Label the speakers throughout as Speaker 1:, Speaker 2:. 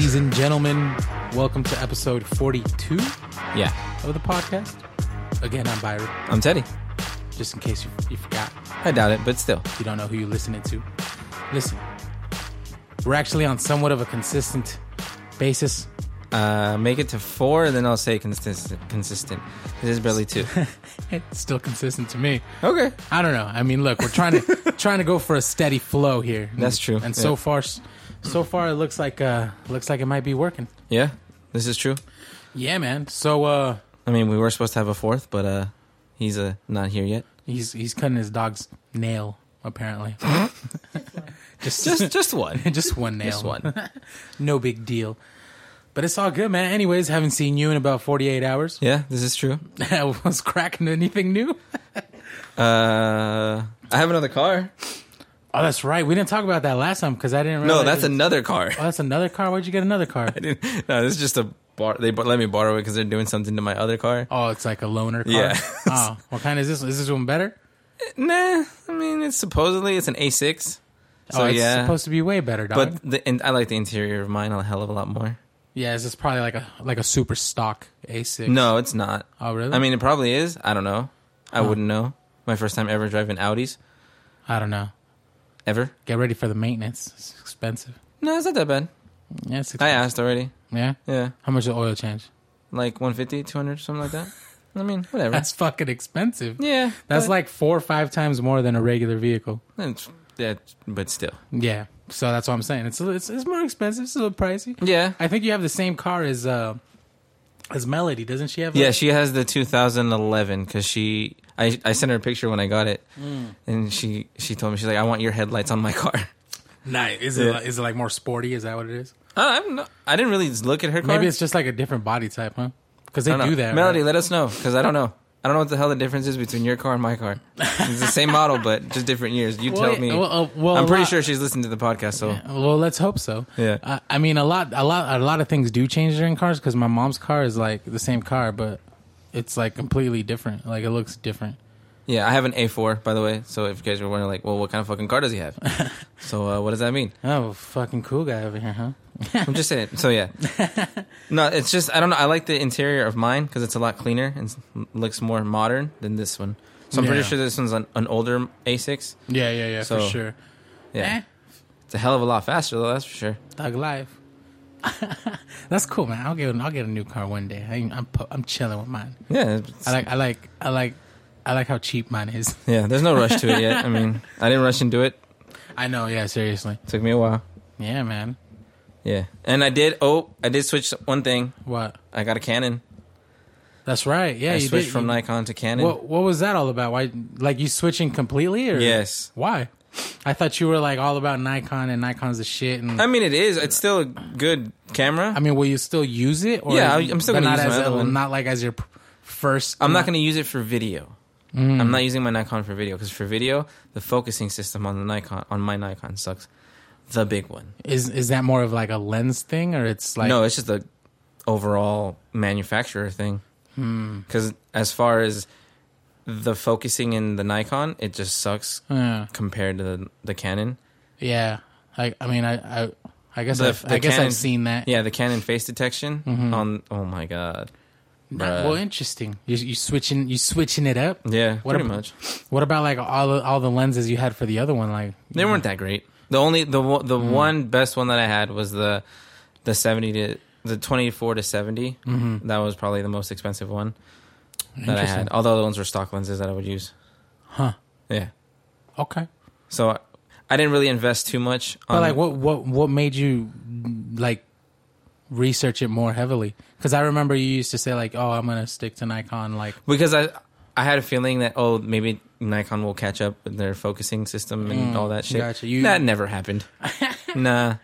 Speaker 1: gentlemen, welcome to episode 42 of
Speaker 2: Yeah,
Speaker 1: the podcast. Again, I'm Byron,
Speaker 2: I'm Teddy.
Speaker 1: just in case you, you forgot,
Speaker 2: I doubt it, but still.
Speaker 1: you don't know who you're listening to. Listen, we're actually on somewhat of a consistent basis.
Speaker 2: Uh, make it to four, and then I'll say consistent. Consistent. It is barely two.
Speaker 1: It's still consistent to me.
Speaker 2: okay.
Speaker 1: I don't know. I mean, look, we're trying to trying to go for a steady flow here.
Speaker 2: That's true.
Speaker 1: And so
Speaker 2: Yeah.
Speaker 1: far, so far, it looks like uh, looks like it might be working.
Speaker 2: Yeah, this is true.
Speaker 1: Yeah, man. So uh,
Speaker 2: I mean, we were supposed to have a fourth, but uh, he's uh, not here yet.
Speaker 1: he's he's cutting his dog's nail apparently. just
Speaker 2: Just, just one.
Speaker 1: just one nail.
Speaker 2: Just one.
Speaker 1: No big deal. But it's all good, man. Anyways, haven't seen you in about 48 hours.
Speaker 2: Yeah, this is true.
Speaker 1: I was cracking anything new.
Speaker 2: Uh, I have another car.
Speaker 1: Oh, that's right. We didn't talk about that last time because I didn't
Speaker 2: No,
Speaker 1: realize.
Speaker 2: that's
Speaker 1: it-
Speaker 2: another car.
Speaker 1: Oh, that's another car. Where'd you get another car?
Speaker 2: I didn't- no, this is just a bar. They b- let me borrow it because they're doing something to my other car.
Speaker 1: Oh, it's like a loaner car.
Speaker 2: Yeah.
Speaker 1: oh, what kind is this? Is this one better?
Speaker 2: Nah, I mean, it's supposedly it's an A6. So
Speaker 1: oh, it's
Speaker 2: yeah,
Speaker 1: supposed to be way better, dog.
Speaker 2: but the, and I like the interior of mine a hell of a lot more.
Speaker 1: yeah, this is probably like a like a super stock A6.
Speaker 2: No, it's not.
Speaker 1: Oh, really?
Speaker 2: I mean, it probably is. I don't know. I wouldn't know. My first time ever driving Audis,
Speaker 1: I don't know.
Speaker 2: ever.
Speaker 1: Get ready for the maintenance. It's expensive.
Speaker 2: No, it's not that bad.
Speaker 1: Yeah, it's
Speaker 2: I
Speaker 1: expensive.
Speaker 2: asked already.
Speaker 1: yeah.
Speaker 2: Yeah,
Speaker 1: How much is the oil change?
Speaker 2: like 150, 200, something like that. I mean, whatever.
Speaker 1: That's fucking expensive.
Speaker 2: yeah,
Speaker 1: That's
Speaker 2: but-
Speaker 1: like four or five times more than a regular vehicle.
Speaker 2: It's, yeah, but still.
Speaker 1: Yeah. So that's what I'm saying. It's a, it's, it's more expensive. It's a little pricey.
Speaker 2: Yeah,
Speaker 1: I think you have the same car as uh as Melody, doesn't she have?
Speaker 2: yeah.
Speaker 1: like-
Speaker 2: She has the 2011 because she. I, I sent her a picture when I got it,
Speaker 1: Hmm.
Speaker 2: and she she told me she's like, I want your headlights on my car.
Speaker 1: Nice. Is it
Speaker 2: Yeah.
Speaker 1: like, is it like more sporty? Is that what it is?
Speaker 2: I, I'm not, I didn't really look at her car.
Speaker 1: Maybe it's just like a different body type, huh? Because they
Speaker 2: I don't
Speaker 1: do
Speaker 2: know.
Speaker 1: that.
Speaker 2: Melody,
Speaker 1: right?
Speaker 2: let us know because I don't know. I don't know what the hell the difference is between your car and my car. It's the same model, but just different years. You
Speaker 1: Well,
Speaker 2: tell me.
Speaker 1: yeah, well, uh, well,
Speaker 2: I'm
Speaker 1: a
Speaker 2: pretty
Speaker 1: lot-
Speaker 2: sure she's listened to the podcast, so
Speaker 1: Well, let's hope so.
Speaker 2: Yeah.
Speaker 1: I, I mean, a lot, a lot, a lot of things do change during cars. Because my mom's car is like the same car, but it's like completely different. Like it looks different.
Speaker 2: yeah. I have an A4, by the way. So if you guys were wondering, like, well, what kind of fucking car does he have? so uh, what does that mean?
Speaker 1: Oh, fucking cool guy over here, huh?
Speaker 2: I'm just saying. So yeah, no, it's just I don't know. I like the interior of mine because it's a lot cleaner and s- looks more modern than this one. So I'm pretty
Speaker 1: Yeah.
Speaker 2: sure this one's an, an older A6.
Speaker 1: Yeah, yeah, yeah, for
Speaker 2: So,
Speaker 1: sure.
Speaker 2: Yeah,
Speaker 1: Eh.
Speaker 2: it's a hell of a lot faster though. That's for sure.
Speaker 1: Thug life. That's cool, man. I'll get I'll get a new car one day. I, I'm pu- I'm chilling with mine.
Speaker 2: Yeah, it's-
Speaker 1: I like I like I like I like how cheap mine is.
Speaker 2: yeah. There's no rush to it yet. I mean, I didn't rush into it.
Speaker 1: I know. Yeah, seriously.
Speaker 2: Took me a while.
Speaker 1: Yeah, man.
Speaker 2: Yeah, and I did. Oh, I did switch one thing.
Speaker 1: What?
Speaker 2: I got a Canon.
Speaker 1: That's right. Yeah,
Speaker 2: I
Speaker 1: you
Speaker 2: switched
Speaker 1: did-
Speaker 2: from
Speaker 1: you-
Speaker 2: Nikon to Canon.
Speaker 1: What What was that all about? Why? Like you switching completely? Or
Speaker 2: Yes.
Speaker 1: Why? I thought you were like all about Nikon and Nikon's the shit. And
Speaker 2: I
Speaker 1: i
Speaker 2: mean, it is. It's still a good camera. I'm,
Speaker 1: mean, will you still use it? Or
Speaker 2: Yeah, I- I'm still
Speaker 1: but
Speaker 2: gonna
Speaker 1: not
Speaker 2: use
Speaker 1: as
Speaker 2: my
Speaker 1: a,
Speaker 2: other one.
Speaker 1: not like as your p- first.
Speaker 2: not going to use it for video.
Speaker 1: Mm.
Speaker 2: I'm not using my Nikon for video because for video, the focusing system on the Nikon on my Nikon sucks. The big one.
Speaker 1: Is is that more of like a lens thing, or it's like
Speaker 2: no, it's just the overall manufacturer thing.
Speaker 1: Hmm.
Speaker 2: Because as far as the focusing in the Nikon, it just sucks
Speaker 1: Yeah.
Speaker 2: compared to the, the Canon.
Speaker 1: Hmm. Yeah, I, I mean, I, I, I guess
Speaker 2: The-
Speaker 1: I've,
Speaker 2: the
Speaker 1: I guess
Speaker 2: Canon-
Speaker 1: I've seen that.
Speaker 2: Yeah, the Canon face detection
Speaker 1: Mm-hmm.
Speaker 2: on. Oh my god.
Speaker 1: Not-
Speaker 2: bruh.
Speaker 1: well, interesting. You, you switching, you switching it up.
Speaker 2: Yeah,
Speaker 1: What
Speaker 2: pretty
Speaker 1: ab-
Speaker 2: much.
Speaker 1: What about like all the, all the lenses you had for the other one? Like,
Speaker 2: They weren't that great. The only the wo- the
Speaker 1: Mm-hmm.
Speaker 2: one best one that I had was the the seventy to the twenty four to 70 Mm-hmm. That was probably the most expensive one that I
Speaker 1: Interesting.
Speaker 2: had. All the other ones were stock lenses that I would use.
Speaker 1: huh?
Speaker 2: Yeah.
Speaker 1: Okay,
Speaker 2: So I, I didn't really invest too much.
Speaker 1: but
Speaker 2: on,
Speaker 1: like, what, what, what made you like research it more heavily? Because I remember you used to say like, oh, I'm gonna stick to Nikon. Like,
Speaker 2: because I I had a feeling that oh maybe Nikon will catch up with their focusing system and all that shit.
Speaker 1: Mm, gotcha. You-
Speaker 2: that never happened. nah.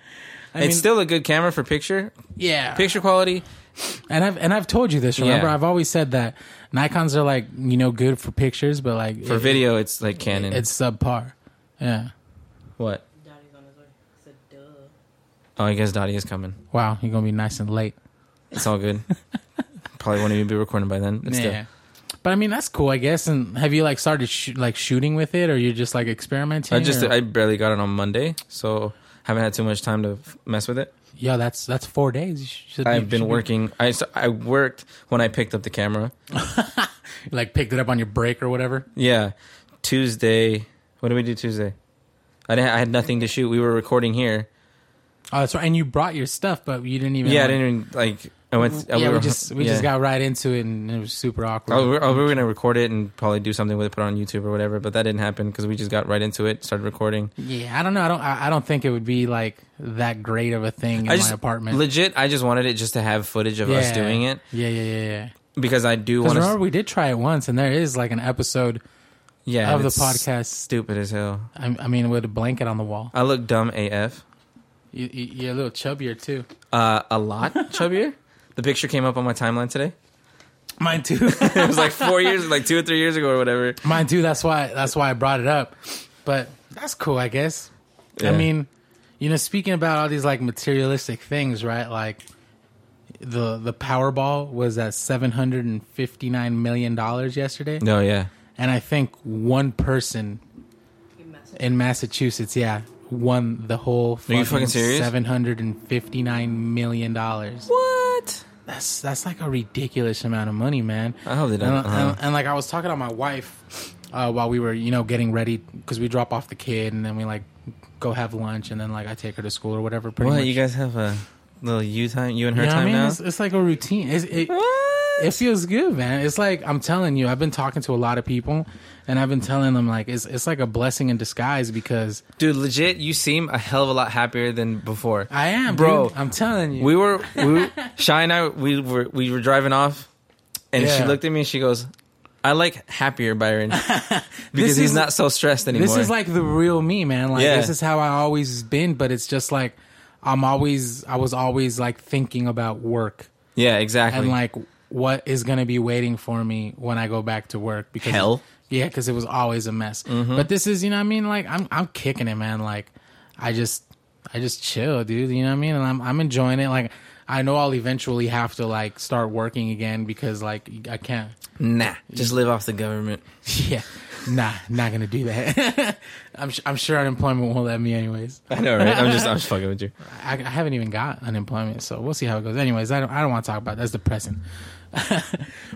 Speaker 2: it's
Speaker 1: mean-
Speaker 2: still a good camera for picture
Speaker 1: yeah,
Speaker 2: picture quality.
Speaker 1: and I've and I've told you this. Remember,
Speaker 2: Yeah.
Speaker 1: I've always said that Nikon's are like you know good for pictures, but like
Speaker 2: For
Speaker 1: it-
Speaker 2: video, it's like Canon.
Speaker 1: it's subpar. Yeah.
Speaker 2: what?
Speaker 3: Daddy's on his way. I said, duh.
Speaker 2: Oh, I guess Dottie is coming.
Speaker 1: Wow, you're gonna be nice and late.
Speaker 2: It's all good. Probably won't even be recording by then. But still.
Speaker 1: Yeah. But I mean, that's cool, I guess. And have you like started shoo- like shooting with it, or you're just like experimenting?
Speaker 2: I just
Speaker 1: or-
Speaker 2: I barely got it on Monday, so haven't had too much time to f- mess with it.
Speaker 1: yo, that's that's four days. You should, you
Speaker 2: I've
Speaker 1: should
Speaker 2: been
Speaker 1: be-
Speaker 2: working. I s- I worked when I picked up the camera.
Speaker 1: like picked it up on your break or whatever.
Speaker 2: Yeah, Tuesday. What did we do Tuesday? I didn't. I had nothing to shoot. We were recording here.
Speaker 1: Oh, that's right. And you brought your stuff, but you didn't even.
Speaker 2: Yeah, I
Speaker 1: like-
Speaker 2: didn't even like. I went. I-
Speaker 1: yeah, we
Speaker 2: were-
Speaker 1: just we just
Speaker 2: yeah.
Speaker 1: got right into it, and it was super awkward.
Speaker 2: Oh, we were, oh, we were gonna record it and probably do something with it, put it on YouTube or whatever, but that didn't happen because we just got right into it, started recording.
Speaker 1: yeah, I don't know. I don't. I, I don't think it would be like that great of a thing in
Speaker 2: I just
Speaker 1: my apartment.
Speaker 2: legit. I just wanted it just to have footage of us
Speaker 1: Yeah.
Speaker 2: doing it
Speaker 1: yeah, yeah, yeah, yeah.
Speaker 2: because I do
Speaker 1: Because
Speaker 2: want
Speaker 1: remember,
Speaker 2: to.
Speaker 1: we did try it once, and there is like an episode.
Speaker 2: Yeah,
Speaker 1: of the
Speaker 2: it's
Speaker 1: podcast.
Speaker 2: stupid as hell.
Speaker 1: I, I mean, with a blanket on the wall.
Speaker 2: I look dumb AF.
Speaker 1: You, you, you're a little chubbier too.
Speaker 2: Uh, a lot chubbier. The picture came up on my timeline today.
Speaker 1: Mine too.
Speaker 2: It was like four years, like two or three years ago or whatever.
Speaker 1: Mine too. That's why. That's why I brought it up. But that's cool, I guess. I
Speaker 2: Yeah.
Speaker 1: mean, you know, speaking about all these like materialistic things, right? Like the the Powerball was at seven hundred and fifty nine million dollars yesterday,
Speaker 2: No, yeah.
Speaker 1: and I think one person
Speaker 3: You messed
Speaker 1: in Massachusetts, yeah, won the whole.
Speaker 2: Are you fucking serious?
Speaker 1: Seven hundred and fifty nine million dollars.
Speaker 2: What?
Speaker 1: that's that's like a ridiculous amount of money, man.
Speaker 2: I hope they don't-
Speaker 1: And,
Speaker 2: uh-huh.
Speaker 1: and, and, like I was talking to my wife uh, while we were, you know, getting ready because we drop off the kid and then we like go have lunch and then like I take her to school or whatever. Pretty
Speaker 2: What?
Speaker 1: much.
Speaker 2: You guys have a little you time, you and her
Speaker 1: You know what
Speaker 2: time
Speaker 1: I mean?
Speaker 2: now.
Speaker 1: It's, it's like a routine. It's, it
Speaker 2: What?
Speaker 1: it feels good, man. It's like I'm telling you, I've been talking to a lot of people and I've been telling them like it's it's like a blessing in disguise because
Speaker 2: Dude, legit, you seem a hell of a lot happier than before.
Speaker 1: I am,
Speaker 2: Bro,
Speaker 1: dude. I'm telling you,
Speaker 2: we were, we were Shy and I, we were, we were driving off, and she
Speaker 1: Yeah.
Speaker 2: looked at me and she goes, "I like happier Byron because
Speaker 1: This
Speaker 2: he's
Speaker 1: is-
Speaker 2: not so stressed anymore."
Speaker 1: This is like the real me, man. Like
Speaker 2: Yeah.
Speaker 1: this is how I always been, but it's just like I'm always I was always like thinking about work
Speaker 2: yeah, exactly.
Speaker 1: and like what is going to be waiting for me when I go back to work because
Speaker 2: Hell. Mm-hmm.
Speaker 1: Yeah, cuz it was always a mess. But this is, you know what I mean? Like I'm I'm kicking it, man. Like I just I just chill, dude, you know what I mean? And I'm I'm enjoying it like I know I'll eventually have to like start working again because like I can't
Speaker 2: nah, just live off the government.
Speaker 1: yeah, nah, not gonna do that. I'm su- I'm sure unemployment won't let me, anyways.
Speaker 2: I know, right? I'm just, I'm just fucking with you.
Speaker 1: I, I haven't even got unemployment, so we'll see how it goes. Anyways, I don't I don't want to talk about it. that's depressing.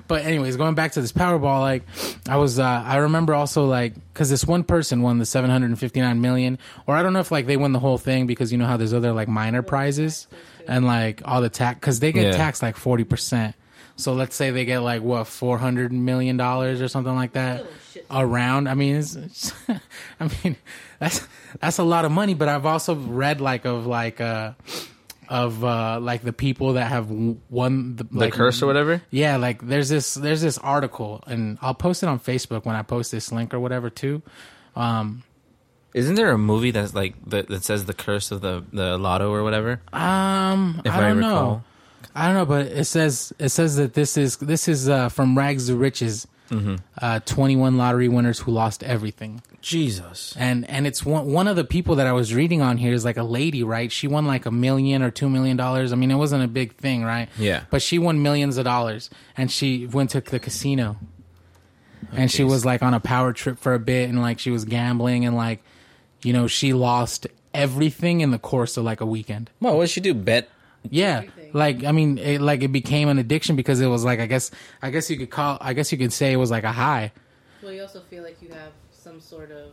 Speaker 1: but anyways, going back to this Powerball, like I was, uh, I remember also like because this one person won the 759 million, or I don't know if like they won the whole thing because you know how there's other like minor prizes and like all the tax because they get
Speaker 2: Yeah.
Speaker 1: taxed like 40 percent. So let's say they get like what 400 million dollars or something like that
Speaker 3: Oh, shit.
Speaker 1: around. I mean, it's, it's- I mean, that's that's a lot of money. But I've also read like of like uh of uh like the people that have w- won the,
Speaker 2: The curse
Speaker 1: mm.
Speaker 2: or whatever.
Speaker 1: Yeah, like there's this there's this article, and I'll post it on Facebook when I post this link or whatever too.
Speaker 2: Isn't there a movie that's like that, that says the curse of the the lotto or whatever?
Speaker 1: Um,
Speaker 2: If
Speaker 1: I
Speaker 2: I
Speaker 1: don't know.
Speaker 2: recall.
Speaker 1: I don't know, but it says it says that this is this is uh, from rags to riches.
Speaker 2: Mm-hmm.
Speaker 1: Uh, 21 lottery winners who lost everything.
Speaker 2: Jesus.
Speaker 1: and and it's one one of the people that I was reading on here is like a lady, right? She won like a million or two million dollars. I mean, it wasn't a big thing, right?
Speaker 2: Yeah.
Speaker 1: But she won millions of dollars, and she went to the casino, and she
Speaker 2: geez.
Speaker 1: was like on a power trip for a bit, and like she was gambling, and like, you know, she lost everything in the course of like a weekend.
Speaker 2: Well, what did she do? Bet.
Speaker 1: Yeah,
Speaker 3: Everything.
Speaker 1: like I mean, it, like it became an addiction because it was like I guess I guess you could call I guess you could say it was like a high.
Speaker 3: Well, you also feel like you have some sort of,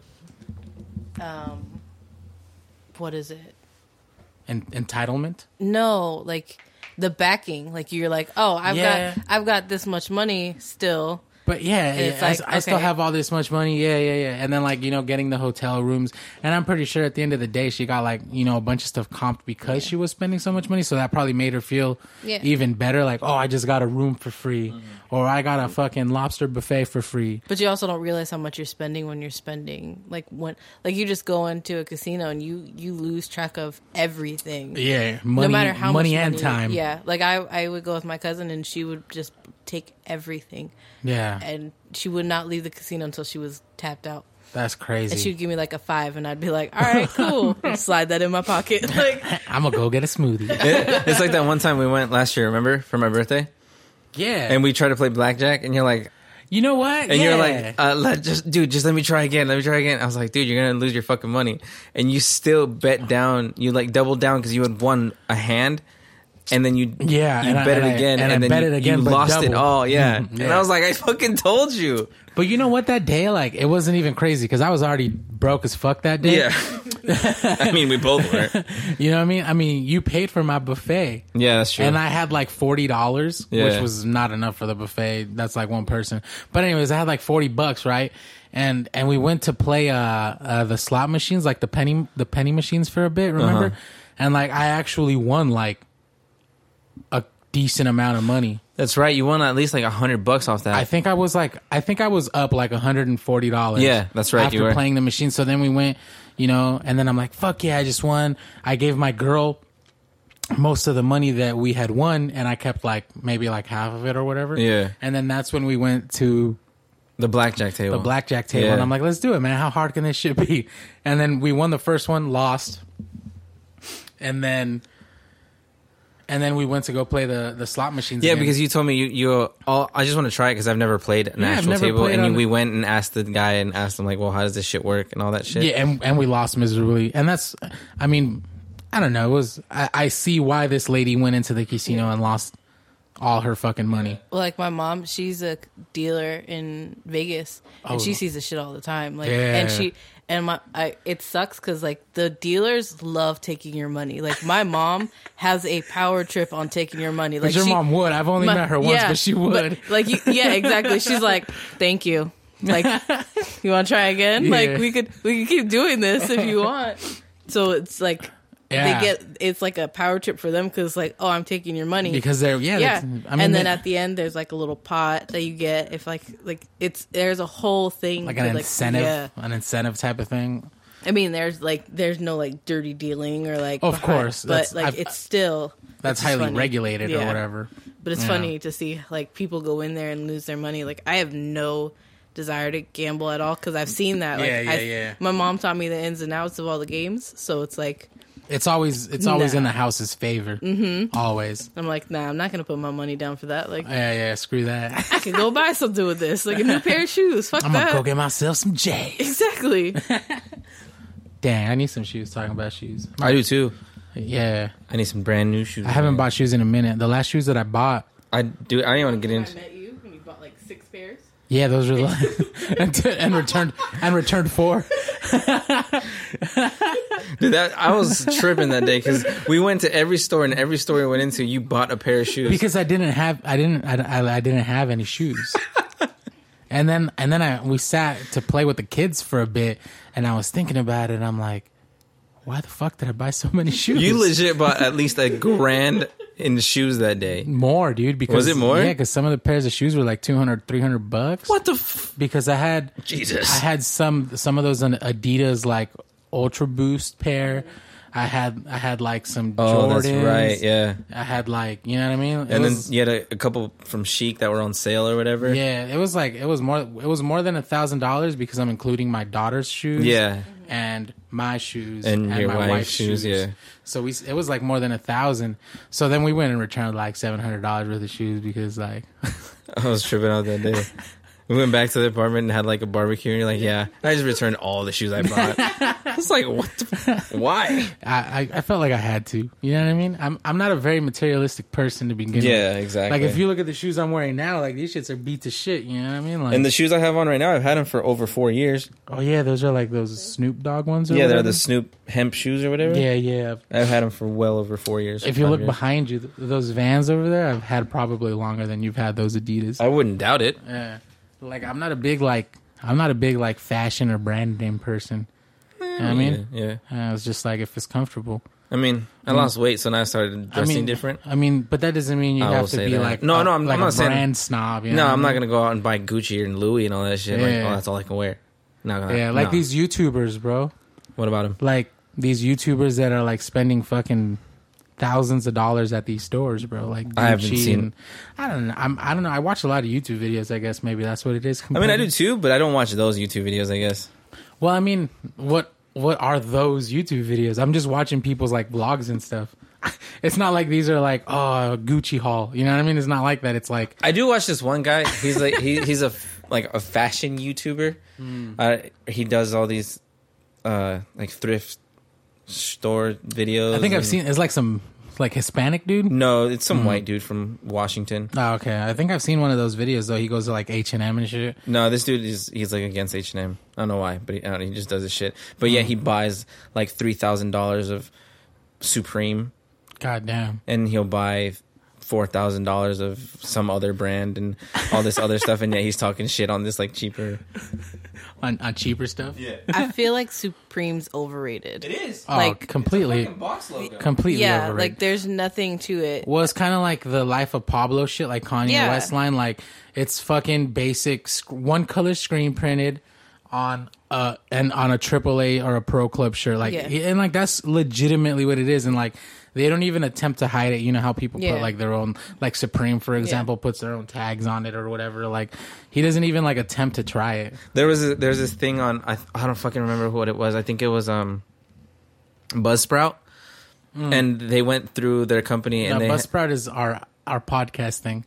Speaker 3: um, what is it?
Speaker 1: En- entitlement.
Speaker 3: No, like the backing. Like you're like, oh, I've
Speaker 1: Yeah.
Speaker 3: got, I've got this much money still.
Speaker 1: But yeah,
Speaker 3: it's
Speaker 1: yeah, I,
Speaker 3: like,
Speaker 1: I still
Speaker 3: okay.
Speaker 1: have all this much money. Yeah, yeah, yeah. And then like you know, getting the hotel rooms, and I'm pretty sure at the end of the day, she got like you know a bunch of stuff comped because she was spending so much money. So that probably made her feel
Speaker 3: Yeah. Mm-hmm.
Speaker 1: even better. Like, oh, I just got a room for free, or I got a fucking lobster buffet for free.
Speaker 3: But you also don't realize how much you're spending when you're spending. Like when, like you just go into a casino and you you lose track of everything.
Speaker 1: Yeah, money,
Speaker 3: no matter how
Speaker 1: money
Speaker 3: much
Speaker 1: and
Speaker 3: money,
Speaker 1: time.
Speaker 3: Yeah, like I I would go with my cousin and she would just take everything
Speaker 1: yeah,
Speaker 3: and she would not leave the casino until she was tapped out.
Speaker 1: that's
Speaker 3: And she
Speaker 1: crazy.
Speaker 3: would give me like a five, and I'd be like, "All right, cool." and slide that in my pocket. Like,
Speaker 1: I'm gonna go get a smoothie.
Speaker 2: it's like that one time we went last year, remember, for my birthday,
Speaker 1: yeah,
Speaker 2: and we tried to play blackjack, and you're like,
Speaker 1: You know what?
Speaker 2: And you're
Speaker 1: Yeah.
Speaker 2: like, uh, let just dude, just let me try again. Let me try again. I was like, dude, you're gonna lose your fucking money. And you still bet down. You like doubled down because you had won a hand, and then you
Speaker 1: Yeah,
Speaker 2: you
Speaker 1: and I-
Speaker 2: bet
Speaker 1: and
Speaker 2: it
Speaker 1: I-
Speaker 2: again,
Speaker 1: and
Speaker 2: and,
Speaker 1: I
Speaker 2: then
Speaker 1: bet
Speaker 2: you,
Speaker 1: it again,
Speaker 2: you
Speaker 1: but
Speaker 2: lost it
Speaker 1: double.
Speaker 2: all. Yeah.
Speaker 1: Mhm,
Speaker 2: and
Speaker 1: yeah.
Speaker 2: I was like, I fucking told you.
Speaker 1: But you know what? That day, like, it wasn't even crazy because I was already broke as fuck that day.
Speaker 2: Yeah, I mean, we both were.
Speaker 1: You know what I mean? I mean, you paid for my buffet.
Speaker 2: Yeah, that's true.
Speaker 1: And I had like forty dollars,
Speaker 2: Yeah.
Speaker 1: which was not enough for the buffet. That's like one person. But anyways, I had like forty bucks, right? And and we went to play uh, uh the slot machines, like the penny the penny machines for a bit, remember?
Speaker 2: Uh-huh.
Speaker 1: And like I actually won like a decent amount of money.
Speaker 2: that's right. You won at least like a hundred bucks off that.
Speaker 1: I think I was like I think I was up like hundred and forty dollars.
Speaker 2: Yeah, that's right,
Speaker 1: After
Speaker 2: you were.
Speaker 1: playing the machine, so then we went, you know, and then I'm like, fuck yeah, I just won. I gave my girl most of the money that we had won, and I kept like maybe like half of it or whatever.
Speaker 2: Yeah.
Speaker 1: and then that's when we went to
Speaker 2: the blackjack table.
Speaker 1: the blackjack table,
Speaker 2: Yeah.
Speaker 1: and I'm like, let's do it, man. How hard can this shit be? And then we won the first one, lost, and then. And then we went to go play the, the slot machines.
Speaker 2: Yeah,
Speaker 1: again.
Speaker 2: because you told me you you all. I just want to try it because I've never played an
Speaker 1: Yeah, I've
Speaker 2: actual
Speaker 1: never
Speaker 2: table,
Speaker 1: played
Speaker 2: and
Speaker 1: on-
Speaker 2: we went and asked the guy and asked him like, "Well, how does this shit work?" and all that shit.
Speaker 1: Yeah, and, and we lost miserably. And that's, I mean, I don't know. It was, I, I see why this lady went into the casino and lost all her fucking money.
Speaker 3: Well, like my mom, she's a dealer in Vegas, and she sees this shit all the time. Like, and
Speaker 1: Oh, Yeah.
Speaker 3: she and my, I, it sucks because like the dealers love taking your money. Like my mom has a power trip on taking your money. Like
Speaker 1: But your
Speaker 3: she-
Speaker 1: mom would. I've only
Speaker 3: my-
Speaker 1: met her once,
Speaker 3: yeah,
Speaker 1: but she would.
Speaker 3: like, you, yeah, exactly. She's like, thank you. Like, you want to try again?
Speaker 1: Yeah.
Speaker 3: Like, we could we could keep doing this if you want. So it's like.
Speaker 1: Yeah.
Speaker 3: They get it's like a power trip for them because like oh I'm taking your money
Speaker 1: because they're, yeah.
Speaker 3: yeah.
Speaker 1: that's- I mean,
Speaker 3: and then
Speaker 1: they-
Speaker 3: at the end, there's like a little pot that you get if like like it's there's a whole thing
Speaker 1: like
Speaker 3: to,
Speaker 1: an incentive,
Speaker 3: Yeah,
Speaker 1: an incentive type of thing.
Speaker 3: I mean, there's like there's no like dirty dealing or like
Speaker 1: Of
Speaker 3: behind-
Speaker 1: course,
Speaker 3: but
Speaker 1: that's-
Speaker 3: like
Speaker 1: I've-
Speaker 3: it's still
Speaker 1: That's
Speaker 3: it's
Speaker 1: highly
Speaker 3: funny.
Speaker 1: regulated or
Speaker 3: Yeah.
Speaker 1: whatever.
Speaker 3: But it's
Speaker 1: Yeah.
Speaker 3: funny to see like people go in there and lose their money. Like I have no desire to gamble at all because I've seen that. Like,
Speaker 1: Yeah, yeah,
Speaker 3: I,
Speaker 1: yeah.
Speaker 3: My mom taught me the ins and outs of all the games, so it's like
Speaker 1: It's always, it's always
Speaker 3: Nah.
Speaker 1: in the house's favor. Mm-hmm. Always.
Speaker 3: I'm like nah, I'm not gonna put my money down for that. Like
Speaker 1: Yeah, yeah, screw that.
Speaker 3: I could go buy something with this, like a new pair of shoes. Fuck
Speaker 1: I'm going
Speaker 3: that.
Speaker 1: to go get myself some J's.
Speaker 3: exactly.
Speaker 1: Dang, I need some shoes. Talking about shoes.
Speaker 2: I do too.
Speaker 1: Yeah.
Speaker 2: I need some brand new shoes.
Speaker 1: I haven't
Speaker 2: man.
Speaker 1: bought shoes in a minute. The last shoes that I bought,
Speaker 2: I do. I didn't want to get into.
Speaker 3: met you and you bought like six pairs.
Speaker 1: Yeah, those were the and, and returned and returned four.
Speaker 2: Dude, that I was tripping that day because we went to every store and every store we went into, you bought a pair of shoes.
Speaker 1: because I didn't have I didn't I, I, I didn't have any shoes. and then and then I we sat to play with the kids for a bit, and I was thinking about it. and I'm like, why the fuck did I buy so many shoes?
Speaker 2: you legit bought at least a grand in shoes that day.
Speaker 1: more, dude. Because
Speaker 2: Was it more?
Speaker 1: Yeah, because some of the pairs of shoes were like 200, 300 bucks.
Speaker 2: What the? F-
Speaker 1: Because I had
Speaker 2: Jesus.
Speaker 1: I had some some of those on Adidas like Ultra Boost pair. I had I had like some
Speaker 2: oh,
Speaker 1: Jordans.
Speaker 2: that's right. Yeah.
Speaker 1: I had like you know what I mean. It
Speaker 2: And
Speaker 1: was-
Speaker 2: then you had a, a couple from Chic that were on sale or whatever.
Speaker 1: yeah, it was like it was more it was more than a thousand dollars because I'm including my daughter's shoes.
Speaker 2: Yeah.
Speaker 1: and my shoes
Speaker 2: And your
Speaker 1: my
Speaker 2: wife's shoes, yeah.
Speaker 1: So we it was like more than a thousand. So then we went and returned like seven hundred dollars worth of shoes because like
Speaker 2: I was tripping out that day. We went back to the apartment and had like a barbecue, and you're like, "Yeah, I just returned all the shoes I bought." I was like, "What? The, why?"
Speaker 1: I, I I felt like I had to. You know what I mean? I'm I'm not a very materialistic person to begin with.
Speaker 2: Yeah, exactly.
Speaker 1: Like if you look at the shoes I'm wearing now, like these shits are beat to shit. You know what I mean? Like,
Speaker 2: and the shoes I have on right now, I've had them for over four years.
Speaker 1: oh yeah, those are like those Snoop Dogg ones. Or
Speaker 2: Yeah, they're the
Speaker 1: whatever.
Speaker 2: Snoop hemp shoes or whatever.
Speaker 1: Yeah, yeah.
Speaker 2: I've had them for well over four years.
Speaker 1: If you
Speaker 2: five
Speaker 1: look
Speaker 2: years.
Speaker 1: behind you, th- those Vans over there, I've had probably longer than you've had those Adidas.
Speaker 2: I wouldn't doubt it.
Speaker 1: Yeah. Like I'm not a big like I'm not a big like fashion or brand name person. You know what I mean,
Speaker 2: yeah, yeah.
Speaker 1: uh, it's just like if it's comfortable.
Speaker 2: I mean, I lost weight, so now I started
Speaker 1: I
Speaker 2: dressing
Speaker 1: mean,
Speaker 2: different.
Speaker 1: I mean, but that doesn't mean you
Speaker 2: I will
Speaker 1: have to
Speaker 2: say
Speaker 1: be
Speaker 2: that.
Speaker 1: like
Speaker 2: No,
Speaker 1: a-
Speaker 2: no, I'm-
Speaker 1: like
Speaker 2: I'm
Speaker 1: a
Speaker 2: not saying-
Speaker 1: brand snob. You know
Speaker 2: No,
Speaker 1: what I
Speaker 2: I'm not
Speaker 1: mean?
Speaker 2: gonna go out and buy Gucci and Louis and all that shit.
Speaker 1: Yeah.
Speaker 2: Like, oh, that's all I can wear. Not gonna,
Speaker 1: Yeah, like
Speaker 2: no.
Speaker 1: these YouTubers, bro.
Speaker 2: What about him?
Speaker 1: Like these YouTubers that are like spending fucking thousands of dollars at these stores, bro. Like
Speaker 2: I haven't
Speaker 1: Gucci
Speaker 2: seen-
Speaker 1: and- I don't know. I'm, I don't know. I watch a lot of YouTube videos. I guess maybe that's what it is.
Speaker 2: I mean, I do too, but I don't watch those YouTube videos. I guess.
Speaker 1: Well, I mean, what what are those YouTube videos? I'm just watching people's like vlogs and stuff. It's not like these are like oh Gucci haul. You know what I mean? It's not like that. It's like
Speaker 2: I do watch this one guy. He's like he he's a like a fashion YouTuber.
Speaker 1: Hmm.
Speaker 2: Uh, he does all these uh, like thrift store videos.
Speaker 1: I think I've
Speaker 2: and-
Speaker 1: seen. Hmm. It's like some like Hispanic dude.
Speaker 2: No, it's some white dude from Washington.
Speaker 1: Oh, okay. I think I've seen one of those videos though. He goes to like H and M and shit.
Speaker 2: No, this dude is he's like against H and M. I don't know why, but he, I don't know, he just does his shit. But
Speaker 1: Hmm.
Speaker 2: yeah, he buys like three thousand dollars of Supreme,
Speaker 1: God damn.
Speaker 2: and he'll buy four thousand dollars of some other brand and all this other stuff. And yet he's talking shit on this like cheaper.
Speaker 1: On, on cheaper stuff.
Speaker 2: Yeah,
Speaker 3: I feel like Supreme's overrated.
Speaker 2: is.
Speaker 1: Oh,
Speaker 3: Like-
Speaker 1: completely,
Speaker 2: box logo.
Speaker 1: completely
Speaker 3: Yeah,
Speaker 1: overrated.
Speaker 3: like there's nothing to it.
Speaker 1: Well, it's kind of like the Life of Pablo shit, like Kanye
Speaker 3: Yeah.
Speaker 1: West line. Like it's fucking basic, sc- one color screen printed on a and on a AAA or a Pro Club shirt. Like
Speaker 3: Yeah.
Speaker 1: and like that's legitimately what it is. And like they don't even attempt to hide it. You know how people
Speaker 3: Yeah.
Speaker 1: put like their own, like Supreme for example, puts their own tags on it or whatever. Like he doesn't even like attempt to try it.
Speaker 2: There was a, there's this thing on I I don't fucking remember what it was. I think it was um, Buzzsprout,
Speaker 1: Hmm.
Speaker 2: and they went through their company
Speaker 1: Uh,
Speaker 2: and they
Speaker 1: Buzzsprout is our our podcast thing.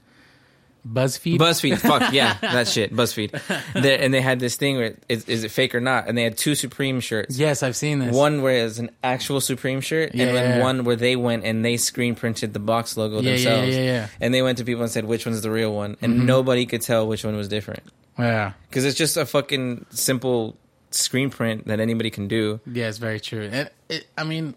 Speaker 1: Buzzfeed.
Speaker 2: BuzzFeed, fuck yeah, that shit. BuzzFeed, they, and they had this thing where is, is it fake or not? And they had two Supreme shirts.
Speaker 1: yes, I've seen this.
Speaker 2: One where it's an actual Supreme shirt,
Speaker 1: Yeah,
Speaker 2: and then
Speaker 1: yeah, yeah.
Speaker 2: one where they went and they screen printed the box logo
Speaker 1: Yeah, yeah,
Speaker 2: themselves.
Speaker 1: yeah, yeah. Mm-hmm.
Speaker 2: And they went to people and said which one's the real one, and nobody could tell which one was different
Speaker 1: Yeah.
Speaker 2: because it's just a fucking simple screen print that anybody can do.
Speaker 1: Yeah, it's very true. And it, I mean,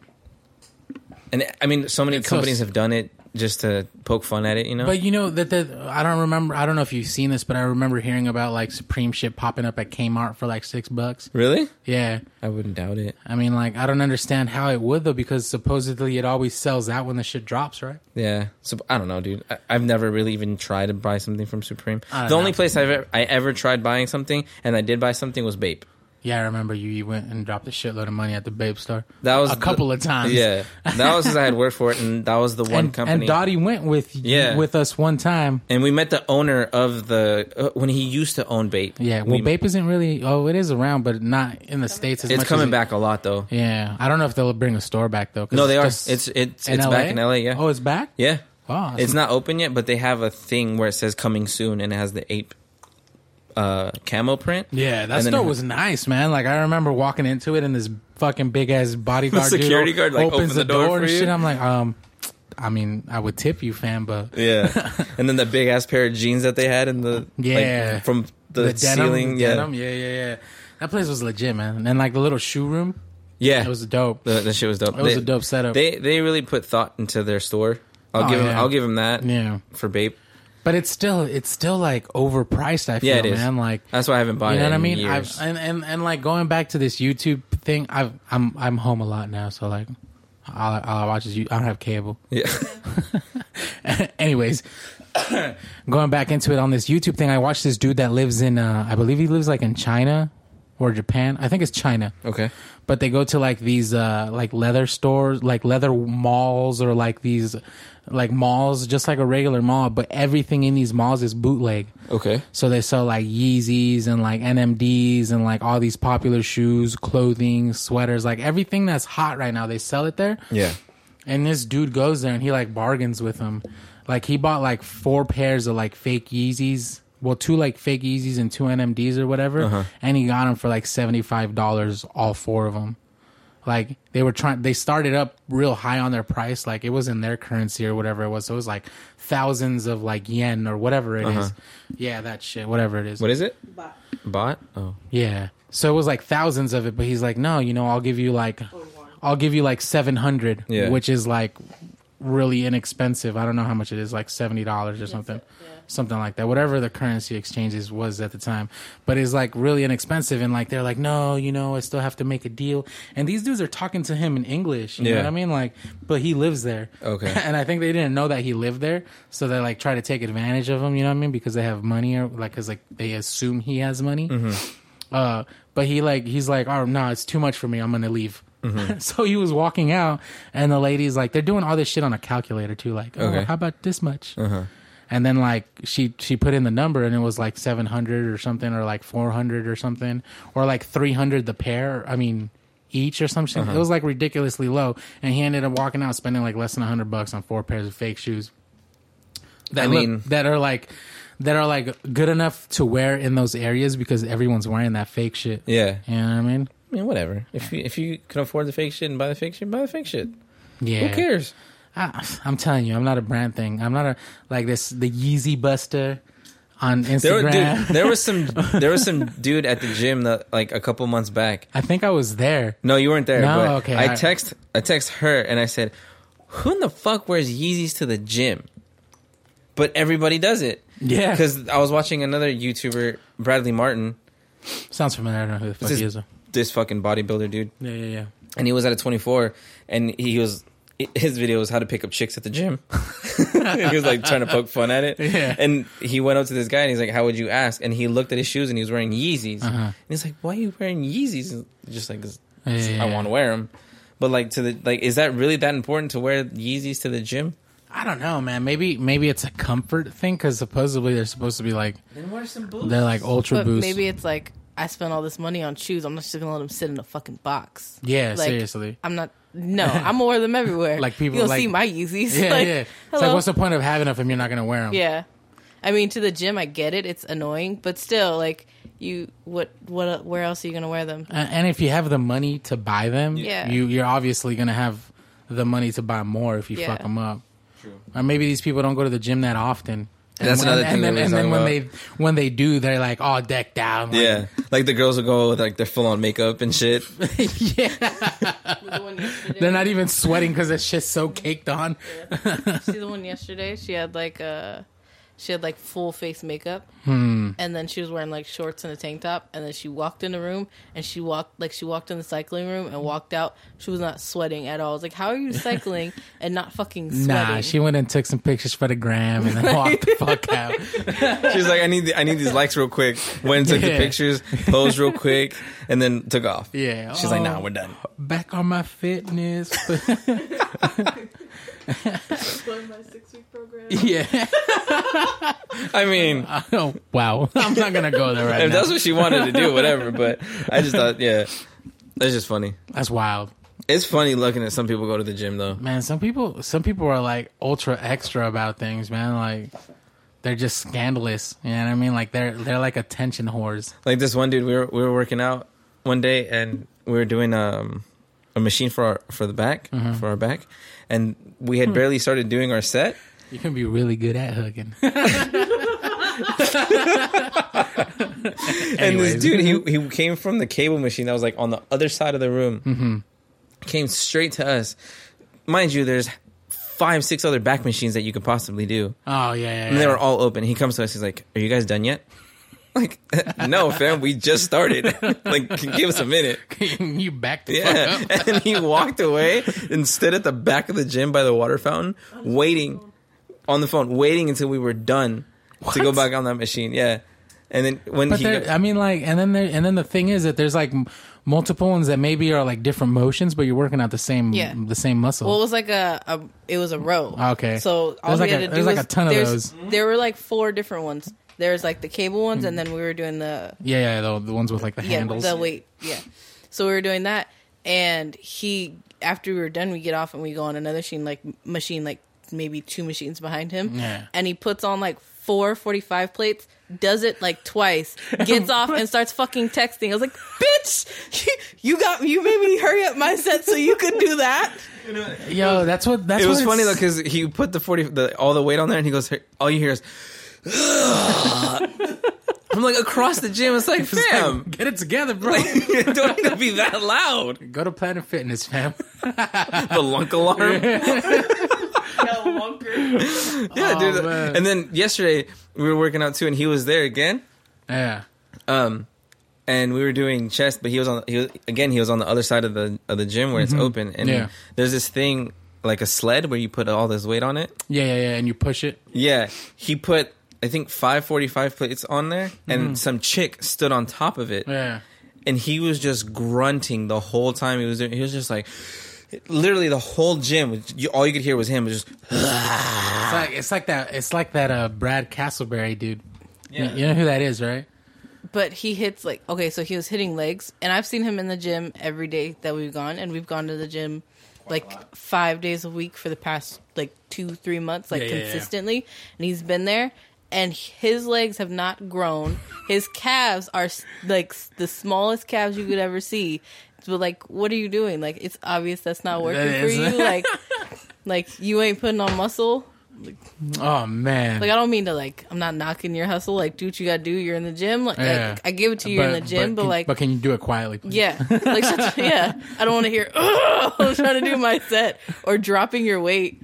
Speaker 2: And I mean, so many
Speaker 1: It's so
Speaker 2: companies
Speaker 1: s-
Speaker 2: have done it just to poke fun at it, you know.
Speaker 1: But you know that that I don't remember. I don't know if you've seen this, but I remember hearing about like Supreme shit popping up at Kmart for like six bucks.
Speaker 2: really,
Speaker 1: Yeah,
Speaker 2: I wouldn't doubt it.
Speaker 1: I mean, like I don't understand how it would though, because supposedly it always sells out when the shit drops, right?
Speaker 2: Yeah, so I don't know, dude. I, I've never really even tried to buy something from Supreme.
Speaker 1: I don't
Speaker 2: The only
Speaker 1: know.
Speaker 2: place I've ever, I ever tried buying something, and I did buy something, was Bape.
Speaker 1: Yeah, I remember you, you went and dropped a shitload of money at the Babe store.
Speaker 2: That was
Speaker 1: a
Speaker 2: the-
Speaker 1: couple of times.
Speaker 2: Yeah, that was because I had worked for it, and that was the one
Speaker 1: and,
Speaker 2: company.
Speaker 1: and Dottie went with
Speaker 2: Yeah.
Speaker 1: with us one time.
Speaker 2: And we met the owner of the uh, when he used to own Bape.
Speaker 1: Yeah, well,
Speaker 2: We-
Speaker 1: Babe isn't really. Oh, it is around, but not in the states. As
Speaker 2: It's
Speaker 1: much
Speaker 2: coming
Speaker 1: as it-
Speaker 2: back a lot though.
Speaker 1: Yeah, I don't know if they'll bring a store back though. 'cause
Speaker 2: No, they are.
Speaker 1: just
Speaker 2: It's it's
Speaker 1: in
Speaker 2: it's
Speaker 1: LA?
Speaker 2: back in LA. Yeah,
Speaker 1: Oh, it's back.
Speaker 2: yeah.
Speaker 1: Wow, that's
Speaker 2: It's not open yet, but they have a thing where it says coming soon, and it has the ape uh camo print.
Speaker 1: Yeah, that
Speaker 2: And then
Speaker 1: store
Speaker 2: it-
Speaker 1: was nice, man. Like I remember walking into it, and this fucking big ass bodyguard,
Speaker 2: The security
Speaker 1: dude
Speaker 2: guard, like, opened the door for
Speaker 1: and
Speaker 2: you?
Speaker 1: shit. I'm like, um, I mean, I would tip you, fam, but
Speaker 2: Yeah, and then the big ass pair of jeans that they had in the like,
Speaker 1: Yeah.
Speaker 2: from the,
Speaker 1: denim,
Speaker 2: ceiling,
Speaker 1: the
Speaker 2: yeah,
Speaker 1: denim, yeah, yeah, yeah. That place was legit, man. And then like the little shoe room,
Speaker 2: yeah,
Speaker 1: it was dope.
Speaker 2: Eh. the, the shit was dope.
Speaker 1: It was a dope setup.
Speaker 2: They they really put thought into their store. I'll
Speaker 1: Oh,
Speaker 2: give 'em-
Speaker 1: yeah.
Speaker 2: I'll give them that
Speaker 1: yeah,
Speaker 2: for Bape.
Speaker 1: but it's still it's still like overpriced. I feel,
Speaker 2: Yeah, it is.
Speaker 1: man. Like
Speaker 2: That's why I haven't bought.
Speaker 1: you know
Speaker 2: it
Speaker 1: what I
Speaker 2: in
Speaker 1: mean? I've,
Speaker 2: Years.
Speaker 1: and, and and like going back to this YouTube thing, I've, I'm I'm home a lot now, so like all, I- all I watch is you. I don't have cable.
Speaker 2: yeah,
Speaker 1: Anyways, going back into it on this YouTube thing, I watched this dude that lives in, uh, I believe he lives like in China or Japan. I think it's China,
Speaker 2: okay.
Speaker 1: but they go to like these uh, like leather stores, like leather malls, or like these like malls, just like a regular mall. But everything in these malls is bootleg.
Speaker 2: Okay.
Speaker 1: So they sell like Yeezys and like NMDs and like all these popular shoes, clothing, sweaters, like everything that's hot right now. They sell it there.
Speaker 2: Yeah.
Speaker 1: And this dude goes there and he like bargains with him. Like he bought like four pairs of like fake Yeezys. Well, two like fake Yeezys and two NMDs or whatever. And he got them for like $75, all four of them. Like they were trying, they started up real high on their price. Like it was in their currency or whatever it was. So it was like thousands of like yen or whatever it is. Yeah, that shit, whatever it is.
Speaker 2: What is it? Bot. Oh.
Speaker 1: Yeah. So it was like thousands of it, but he's like, no, you know, I'll give you like, I'll give you like 700,
Speaker 2: Yeah.
Speaker 1: which is like really inexpensive. I don't know how much it is, like $70 or something, something like that, whatever the currency exchanges was at the time, but it's like really inexpensive. And like, they're like, no, you know, I still have to make a deal. And these dudes are talking to him in English. You know
Speaker 2: Yeah.
Speaker 1: what I mean? Like, but he lives there.
Speaker 2: Okay.
Speaker 1: and I think they didn't know that he lived there. So they like try to take advantage of him. You know what I mean? Because they have money or like, cause like they assume he has money.
Speaker 2: Mm-hmm.
Speaker 1: Uh, but he like he's like, oh no, it's too much for me. I'm gonna leave.
Speaker 2: Mm-hmm.
Speaker 1: so he was walking out, and the lady's like, they're doing all this shit on a calculator too. Like, oh,
Speaker 2: Okay. Uh-huh.
Speaker 1: how about this much? And then like she she put in the number, and it was like seven hundred or something, or like four hundred or something, or like three hundred the pair. I mean. Each or something.
Speaker 2: Uh-huh.
Speaker 1: It was like ridiculously low, and he ended up walking out spending like less than hundred bucks on four pairs of fake shoes. That
Speaker 2: I
Speaker 1: look-
Speaker 2: mean-
Speaker 1: that are like that are like good enough to wear in those areas because everyone's wearing that fake shit.
Speaker 2: Yeah.
Speaker 1: You know what I mean?
Speaker 2: I mean, whatever. If you if you can afford the fake shit and buy the fake shit, buy the fake shit.
Speaker 1: Yeah.
Speaker 2: Who cares?
Speaker 1: I, I'm telling you, I'm not a brand thing. I'm not a like this the Yeezy Buster on
Speaker 2: There, were-
Speaker 1: Instagram.
Speaker 2: dude, there was some there was some dude at the gym that like a couple months back.
Speaker 1: I think I was there.
Speaker 2: No, you weren't there.
Speaker 1: No,
Speaker 2: but
Speaker 1: okay,
Speaker 2: I
Speaker 1: I-
Speaker 2: text I text her and I said, "Who in the fuck wears Yeezys to the gym?" But everybody does it.
Speaker 1: Yeah.
Speaker 2: Because I was watching another YouTuber, Bradley Martin,
Speaker 1: Sounds familiar. I don't know who the fuck
Speaker 2: this-
Speaker 1: he is. though.
Speaker 2: this fucking bodybuilder dude,
Speaker 1: Yeah, yeah, yeah.
Speaker 2: and he was at a 24, and he was his video was how to pick up chicks at the gym. he was like trying to poke fun at it.
Speaker 1: Yeah.
Speaker 2: And he went up to this guy and he's like, "How would you ask?" And he looked at his shoes and he was wearing Yeezys. And he's like, "Why are you wearing Yeezys?" And Just like, 'cause
Speaker 1: Uh-huh. Yeah.
Speaker 2: I want to wear them. But like to the like, is that really that important to wear Yeezys to the gym?
Speaker 1: I don't know, man. Maybe maybe it's a comfort thing because supposedly they're supposed to be like
Speaker 2: Then wear some boots.
Speaker 1: they're like ultra
Speaker 3: But
Speaker 1: boost.
Speaker 3: maybe it's like I spent all this money on shoes. I'm not just gonna let them sit in a fucking box.
Speaker 1: yeah,
Speaker 3: like,
Speaker 1: seriously.
Speaker 3: I'm not. No, I'm gonna wear them everywhere.
Speaker 1: Like people
Speaker 3: you'll
Speaker 1: like-
Speaker 3: see my Yeezys.
Speaker 1: Yeah,
Speaker 3: like,
Speaker 1: yeah. It's like
Speaker 3: hello?
Speaker 1: what's the point of having them if you're not gonna wear them?
Speaker 3: Yeah, I mean to the gym, I get it. It's annoying, but still, like you, what, what, where else are you gonna wear them?
Speaker 1: A- and if you have the money to buy them,
Speaker 3: Yeah.
Speaker 1: you you're obviously gonna have the money to buy more if you fuck 'em
Speaker 3: Yeah.
Speaker 1: fuck them up. True. Or maybe these people don't go to the gym that often.
Speaker 2: That's another thing
Speaker 1: And then,
Speaker 2: that we
Speaker 1: and
Speaker 2: were
Speaker 1: then when
Speaker 2: talking
Speaker 1: they when they do, they're like all decked out. like-
Speaker 2: Yeah, like the girls will go with like their full on makeup and shit.
Speaker 1: yeah. They're not even sweating because that shit's so caked on.
Speaker 3: See the one yesterday. She had like a. She had like full face makeup,
Speaker 1: Hmm.
Speaker 3: and then she was wearing like shorts and a tank top. And then she walked in the room, and she walked like she walked in the cycling room and walked out. She was not sweating at all. I was like, "How are you cycling and not fucking sweating?"
Speaker 1: Nah, she went and took some pictures for the gram and then walked the fuck out.
Speaker 2: She's like, I need the, I need these likes real quick. Went and took the
Speaker 1: Yeah.
Speaker 2: pictures, posed real quick, and then took off.
Speaker 1: Yeah.
Speaker 2: She's like,
Speaker 1: Oh,
Speaker 2: Nah, we're done.
Speaker 1: Back on my fitness.
Speaker 3: my six week program.
Speaker 1: yeah.
Speaker 2: I mean,
Speaker 1: Oh, wow. I'm not going to go there right
Speaker 2: if
Speaker 1: now.
Speaker 2: that's what she wanted to do, whatever. But I just thought, yeah, that's just funny.
Speaker 1: that's wild.
Speaker 2: It's funny looking at some people go to the gym though.
Speaker 1: Man, some people some people are like ultra extra about things, man. Like they're just scandalous. You know what I mean? Like they're they're like attention whores.
Speaker 2: Like this one dude, we were we were working out one day, and we were doing um a machine for our for the back for our back, and we had barely started doing our set.
Speaker 1: You can be really good at hugging.
Speaker 2: And this
Speaker 1: Anyways.
Speaker 2: dude, he he came from the cable machine that was like on the other side of the room. Came straight to us, mind you. There's five, six other back machines that you could possibly do,
Speaker 1: Oh yeah, yeah.
Speaker 2: and they
Speaker 1: yeah.
Speaker 2: were all open. He comes to us. He's like, "Are you guys done yet?" Like, no, fam, we just started. like, give us a minute.
Speaker 1: you back the
Speaker 2: Yeah.
Speaker 1: fuck up.
Speaker 2: and he walked away and stood at the back of the gym by the water fountain, waiting on the phone, waiting until we were done to go
Speaker 1: What?
Speaker 2: back on that machine. Yeah. And then when
Speaker 1: But
Speaker 2: he
Speaker 1: there,
Speaker 2: got-
Speaker 1: I mean, like, and then there, and then the thing is that there's like m- multiple ones that maybe are like different motions, but you're working out the same,
Speaker 3: Yeah.
Speaker 1: the same muscle.
Speaker 3: Well, it was like a, a it was a row.
Speaker 1: Ah, Okay.
Speaker 3: So all
Speaker 1: There's
Speaker 3: we
Speaker 1: like
Speaker 3: had
Speaker 1: a-
Speaker 3: to do
Speaker 1: there's
Speaker 3: was
Speaker 1: like a ton of
Speaker 3: there's-
Speaker 1: those. Hmm.
Speaker 3: There were like four different ones. There's like the cable ones, and then we were doing the
Speaker 1: yeah, yeah, the, the ones with like the
Speaker 3: yeah
Speaker 1: handles.
Speaker 3: the weight yeah. So we were doing that, and he after we were done, we get off and we go on another machine like machine like maybe two machines behind him,
Speaker 1: Yeah.
Speaker 3: and he puts on like four 45 plates. Does it like twice, gets off and starts fucking texting. I was like, "Bitch, you got you made me hurry up my set so you could do that."
Speaker 1: Yo, that's what that's
Speaker 2: it was
Speaker 1: what
Speaker 2: funny though
Speaker 1: it's-
Speaker 2: because he put the forty the, all the weight on there, and he goes, "All you hear is." I'm like across the gym. It's like, fam,
Speaker 1: Get it together, bro.
Speaker 2: you don't need to be that loud.
Speaker 1: Go to Planet Fitness, fam.
Speaker 2: The lunk alarm. Yeah,
Speaker 1: Oh,
Speaker 2: dude.
Speaker 1: man.
Speaker 2: And then yesterday we were working out too, and he was there again.
Speaker 1: yeah.
Speaker 2: Um, and we were doing chest, but he was on. He was, again. He was on the other side of the of the gym where it's open,
Speaker 1: Mm-hmm.
Speaker 2: and
Speaker 1: Yeah.
Speaker 2: there's this thing like a sled where you put all this weight on it.
Speaker 1: Yeah, yeah, yeah, and you push it.
Speaker 2: Yeah, he put I think five forty five plates on there, and some chick stood on top of it,
Speaker 1: Mm-hmm. Yeah.
Speaker 2: and he was just grunting the whole time he was doing. He was just like, literally the whole gym. was- You, all you could hear was him. Was just
Speaker 1: It's like it's like that it's like that uh Brad Castleberry dude. Yeah. You know who that is, right?
Speaker 3: but he hits like okay so he was hitting legs and i've seen him in the gym every day that we've gone and we've gone to the gym like five days a week for the past like two three months like
Speaker 1: Yeah, yeah, yeah.
Speaker 3: consistently and he's been there and his legs have not grown. His calves are s- like s- the smallest calves you could ever see. But like, what are you doing? Like, it's obvious that's not working
Speaker 1: That
Speaker 3: for
Speaker 1: is.
Speaker 3: you. Like, like you ain't putting on muscle.
Speaker 1: Oh man.
Speaker 3: Like, I don't mean to like. I'm not knocking your hustle. Like, do what you gotta do. You're in the gym. Like,
Speaker 1: Yeah.
Speaker 3: I, I give it to you. You're in the gym, but,
Speaker 1: can,
Speaker 3: like,
Speaker 1: but can you do it quietly? please?
Speaker 3: yeah, like shut the- yeah. I don't want to hear. Oh, I'm trying to do my set or dropping your weight.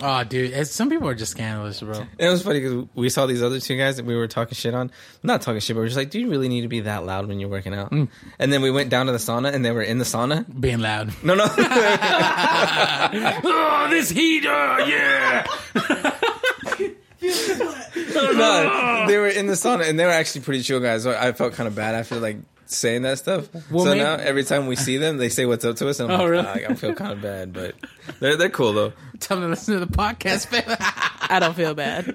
Speaker 1: Oh, dude, it's- some people are just scandalous, bro.
Speaker 2: It was funny because we saw these other two guys that we were talking shit on. Not talking shit, but we are just like, do you really need to be that loud when you're working out?
Speaker 1: Mm.
Speaker 2: And then we went down to the sauna and they were in the sauna.
Speaker 1: Being loud.
Speaker 2: No, no.
Speaker 1: oh, this heat. Oh, yeah.
Speaker 2: no, they were in the sauna and they were actually pretty chill guys. So I felt kind of bad after like saying that stuff.
Speaker 1: Well,
Speaker 2: so
Speaker 1: maybe-
Speaker 2: now every time we see them, they say what's up to us, and I'm
Speaker 1: Oh,
Speaker 2: like,
Speaker 1: really?
Speaker 2: "Ah, I feel kind of bad, but they're they're cool though.
Speaker 1: Tell them to listen to the podcast, baby.
Speaker 3: I don't feel bad.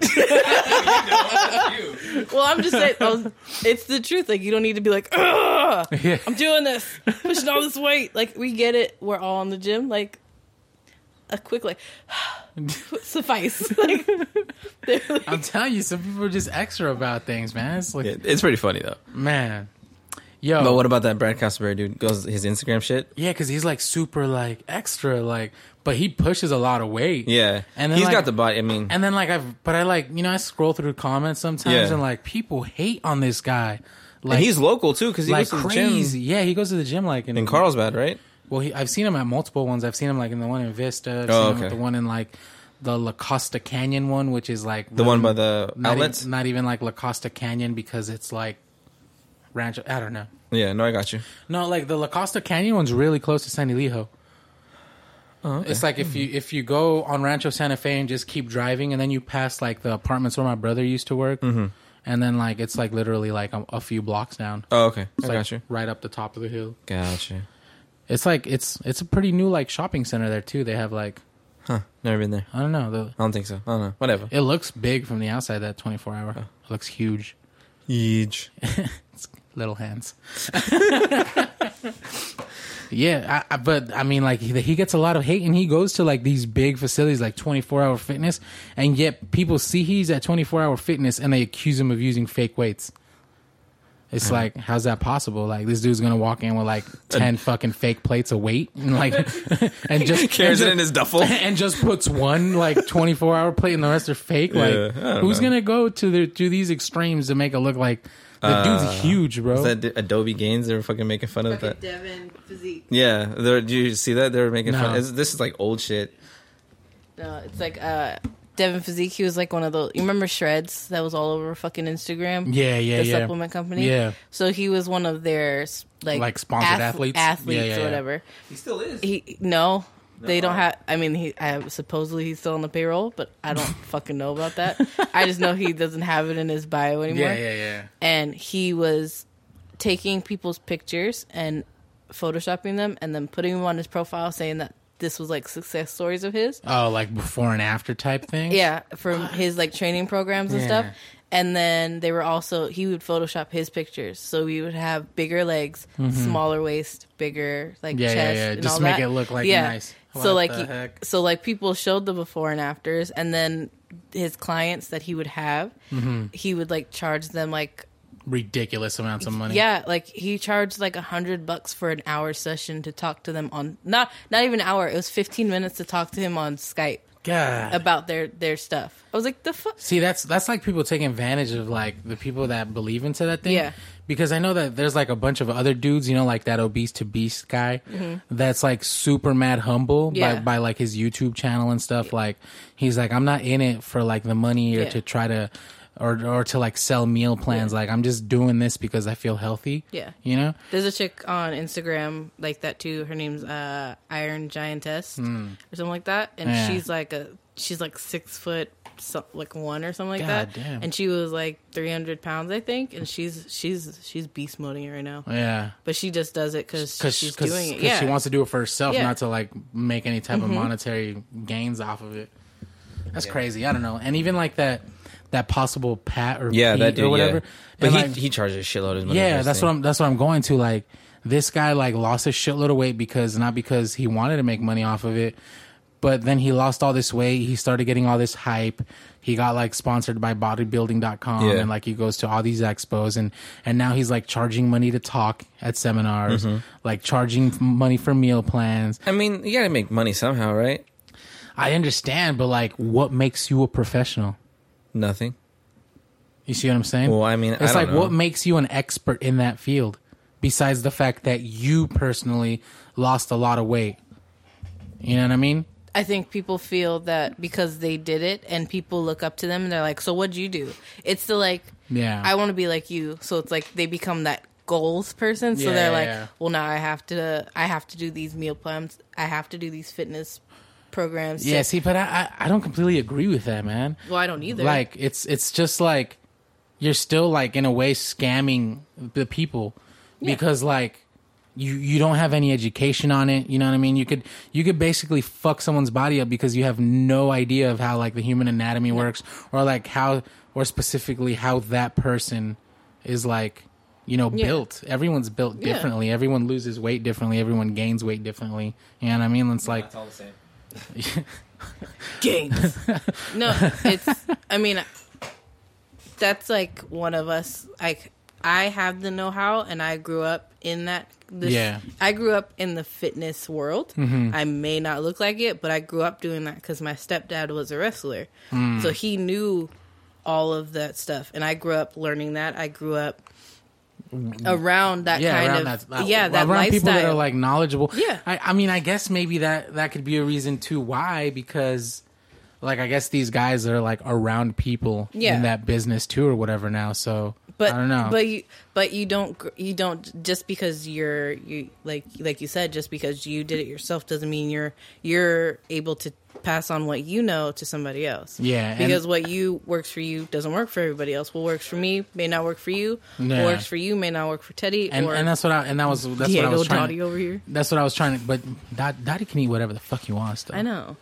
Speaker 3: well, I'm just saying, I was- it's the truth. Like, you don't need to be like, Ugh,
Speaker 1: yeah.
Speaker 3: I'm doing this, pushing all this weight. Like, we get it. We're all in the gym. Like, a quick like suffice. Like, they're like-
Speaker 1: I'm telling you, some people are just extra about things, man. It's like,
Speaker 2: Yeah, it's pretty funny though.
Speaker 1: man, yo,
Speaker 2: But what about that Brad Castleberry dude? Goes his Instagram shit.
Speaker 1: yeah, because he's like super, like extra, like, but he pushes a lot of weight.
Speaker 2: Yeah,
Speaker 1: And
Speaker 2: and
Speaker 1: then,
Speaker 2: he's
Speaker 1: like-
Speaker 2: got the body. I mean,
Speaker 1: And then like I've, but I like you know I scroll through comments sometimes
Speaker 2: Yeah.
Speaker 1: and like people hate on this guy, like
Speaker 2: and he's local too because he
Speaker 1: like
Speaker 2: goes to the gym
Speaker 1: crazy. Yeah, he goes to the gym like
Speaker 2: in Carlsbad, right?
Speaker 1: Well, he, I've seen him at multiple ones. I've seen him like in the one in Vista. I've
Speaker 2: Oh,
Speaker 1: seen him at
Speaker 2: okay.
Speaker 1: the one in like the La Costa Canyon one, which is like
Speaker 2: The one by the
Speaker 1: not even-
Speaker 2: outlets.
Speaker 1: not even like La Costa Canyon because it's like Rancho. I don't know.
Speaker 2: Yeah, no, I got you.
Speaker 1: No, like the La Costa Canyon one's really close to San Elijo. It's like if you if you go on Rancho Santa Fe and just keep driving, and then you pass like the apartments where my brother used to work, and then like it's like literally like a, a few blocks down.
Speaker 2: Oh, okay, I
Speaker 1: It's like
Speaker 2: got you.
Speaker 1: right up the top of the hill.
Speaker 2: Got you.
Speaker 1: It's like it's it's a pretty new like shopping center there too. They have like
Speaker 2: Huh? Never been there.
Speaker 1: I don't know. The,
Speaker 2: I don't think so. I don't know. Whatever.
Speaker 1: it looks big from the outside. That twenty four hour it looks huge.
Speaker 2: Huge.
Speaker 1: Little hands. yeah, I, I, but I mean, like he, he gets a lot of hate, and he goes to like these big facilities, like twenty four hour fitness, and yet people see he's at twenty four hour fitness, and they accuse him of using fake weights. It's
Speaker 2: Mm.
Speaker 1: like, how's that possible? Like this dude's gonna walk in with like ten fucking fake plates of weight, and like, and just
Speaker 2: Carries
Speaker 1: and
Speaker 2: it in his duffel.
Speaker 1: and just puts one like 24 hour plate and the rest are fake like
Speaker 2: Yeah, I don't
Speaker 1: who's
Speaker 2: know.
Speaker 1: gonna go to the to these extremes to make it look like the dude's huge bro
Speaker 2: Uh, Is that D- Adobe Gaines? They were fucking making fun of that.
Speaker 3: Devin physique.
Speaker 2: Yeah, they're, do you see that? They were making
Speaker 1: No.
Speaker 2: fun. It's, this is like old shit.
Speaker 3: No, it's like uh Devin Physique. He was like one of those. You remember Shreds? That was all over fucking Instagram.
Speaker 1: yeah yeah
Speaker 3: the
Speaker 1: yeah
Speaker 3: supplement company.
Speaker 1: yeah
Speaker 3: So he was one of their like
Speaker 1: Like sponsored athletes?
Speaker 3: athletes
Speaker 1: Yeah, yeah, yeah.
Speaker 3: or whatever.
Speaker 2: He still is.
Speaker 3: He no, they
Speaker 2: No.
Speaker 3: don't have. I mean, he I have, supposedly he's still on the payroll, but I don't fucking know about that. I just know he doesn't have it in his bio anymore.
Speaker 1: yeah yeah yeah
Speaker 3: And he was taking people's pictures and photoshopping them, and then putting them on his profile, saying that this was like success stories of his.
Speaker 1: oh like before and after type thing
Speaker 3: Yeah, from his like training programs and
Speaker 1: Yeah.
Speaker 3: stuff. And then they were also he would Photoshop his pictures, so we would have bigger legs, smaller waist, bigger like
Speaker 1: Mm-hmm. Yeah, yeah,
Speaker 3: chest.
Speaker 1: yeah.
Speaker 3: and
Speaker 1: Just
Speaker 3: all
Speaker 1: make
Speaker 3: that.
Speaker 1: it look, like, nice. What
Speaker 3: So like
Speaker 1: the
Speaker 3: he-
Speaker 1: heck?
Speaker 3: so like people showed the before and afters, and then his clients that he would have,
Speaker 1: Mm-hmm.
Speaker 3: he would like charge them like
Speaker 1: ridiculous amounts of money
Speaker 3: yeah, like he charged like a hundred bucks for an hour session to talk to them on not not even an hour. It was fifteen minutes to talk to him on Skype
Speaker 1: god
Speaker 3: about their their stuff. I was like the fuck.
Speaker 1: See, that's that's like people taking advantage of like the people that believe into that thing.
Speaker 3: Yeah.
Speaker 1: Because I know that there's like a bunch of other dudes, you know, like that obese to beast guy that's like super mad humble
Speaker 3: Mm-hmm. Yeah.
Speaker 1: by, by like his YouTube channel and stuff. Like he's like, I'm not in it for like the money or
Speaker 3: Yeah.
Speaker 1: to try to or or to like sell meal plans. Like I'm just doing this because I feel healthy.
Speaker 3: Yeah.
Speaker 1: You know?
Speaker 3: There's a chick on Instagram like that too. Her name's uh, Iron Giantess or something like that, and
Speaker 1: Hmm. Yeah.
Speaker 3: she's like a she's like six foot so, like one or something like
Speaker 1: God
Speaker 3: that.
Speaker 1: damn.
Speaker 3: And she was like 300 pounds, I think, and she's she's she's beast moding it right now.
Speaker 1: Yeah.
Speaker 3: But she just does it because
Speaker 1: Cause,
Speaker 3: she's
Speaker 1: cause-
Speaker 3: doing it.
Speaker 1: 'cause
Speaker 3: Yeah,
Speaker 1: she wants to do it for herself,
Speaker 3: Yeah. Mm-hmm.
Speaker 1: not to like make any type of monetary gains off of it. That's crazy. I don't know. And even like that, that possible pat or
Speaker 2: Yeah,
Speaker 1: Pete
Speaker 2: that dude.
Speaker 1: or whatever.
Speaker 2: yeah. But
Speaker 1: And,
Speaker 2: he,
Speaker 1: like,
Speaker 2: he charges a shitload of money. for
Speaker 1: yeah,
Speaker 2: his
Speaker 1: that's
Speaker 2: thing.
Speaker 1: what I'm. That's what I'm going to. Like this guy, like lost a shitload of weight because not because he wanted to make money off of it, But then he lost all this weight. He started getting all this hype. He got like sponsored by bodybuilding.com
Speaker 2: Yeah.
Speaker 1: and like he goes to all these expos and and now he's like charging money to talk at seminars, like charging f- money for meal plans.
Speaker 2: I mean, you got to make money somehow, right?
Speaker 1: I understand, but like what makes you a professional?
Speaker 2: Nothing.
Speaker 1: You see what I'm saying?
Speaker 2: Well, I mean, I
Speaker 1: it's
Speaker 2: don't
Speaker 1: like
Speaker 2: know.
Speaker 1: what makes you an expert in that field, besides the fact that you personally lost a lot of weight. You know what I mean?
Speaker 3: I think people feel that because they did it and people look up to them and they're like, "So what'd you do?" It's the like,
Speaker 1: Yeah.
Speaker 3: I want to be like you. So it's like they become that goals person. So
Speaker 1: Yeah,
Speaker 3: they're
Speaker 1: yeah,
Speaker 3: like,
Speaker 1: yeah.
Speaker 3: "Well, now I have to, I have to do these meal plans. I have to do these fitness programs." to-"
Speaker 1: yeah. See, but I, I I don't completely agree with that, man.
Speaker 3: Well, I don't either.
Speaker 1: Like it's it's just like you're still like in a way scamming the people because like you you don't have any education on it. You know what I mean? You could you could basically fuck someone's body up because you have no idea of how like the human anatomy works or like how or specifically how that person is like you know
Speaker 3: Yeah.
Speaker 1: built everyone's built
Speaker 3: Yeah.
Speaker 1: differently everyone loses weight differently everyone gains weight differently you know what i mean it's like
Speaker 2: all the same.
Speaker 3: games. no, it's. I mean, that's like one of us. Like I have the know-how, and I grew up in that. This,
Speaker 1: Yeah. Mm-hmm.
Speaker 3: I grew up in the fitness world. I may not look like it, but I grew up doing that because my stepdad was a wrestler,
Speaker 1: Mm.
Speaker 3: so he knew all of that stuff, and I grew up learning that. I grew up around that
Speaker 1: yeah,
Speaker 3: kind
Speaker 1: around
Speaker 3: of
Speaker 1: that,
Speaker 3: yeah that
Speaker 1: around
Speaker 3: lifestyle.
Speaker 1: people that are like knowledgeable.
Speaker 3: Yeah.
Speaker 1: I, I mean, I guess maybe that that could be a reason too why because, like, I guess these guys are like around people
Speaker 3: Yeah.
Speaker 1: in that business too or whatever now. So
Speaker 3: but
Speaker 1: I don't know.
Speaker 3: but you but you don't gr- you don't just because you're you like like you said just because you did it yourself doesn't mean you're you're able to pass on what you know to somebody else
Speaker 1: Yeah, and-
Speaker 3: because what you works for you doesn't work for everybody else what works for me may not work for you
Speaker 1: Yeah.
Speaker 3: what works for you may not work for teddy
Speaker 1: and
Speaker 3: or
Speaker 1: and that's what I and that was that's
Speaker 3: diego
Speaker 1: what I was trying.
Speaker 3: Doughty over here
Speaker 1: That's what I was trying to. But Dot- Dottie can eat whatever the fuck he wants. Though.
Speaker 3: i know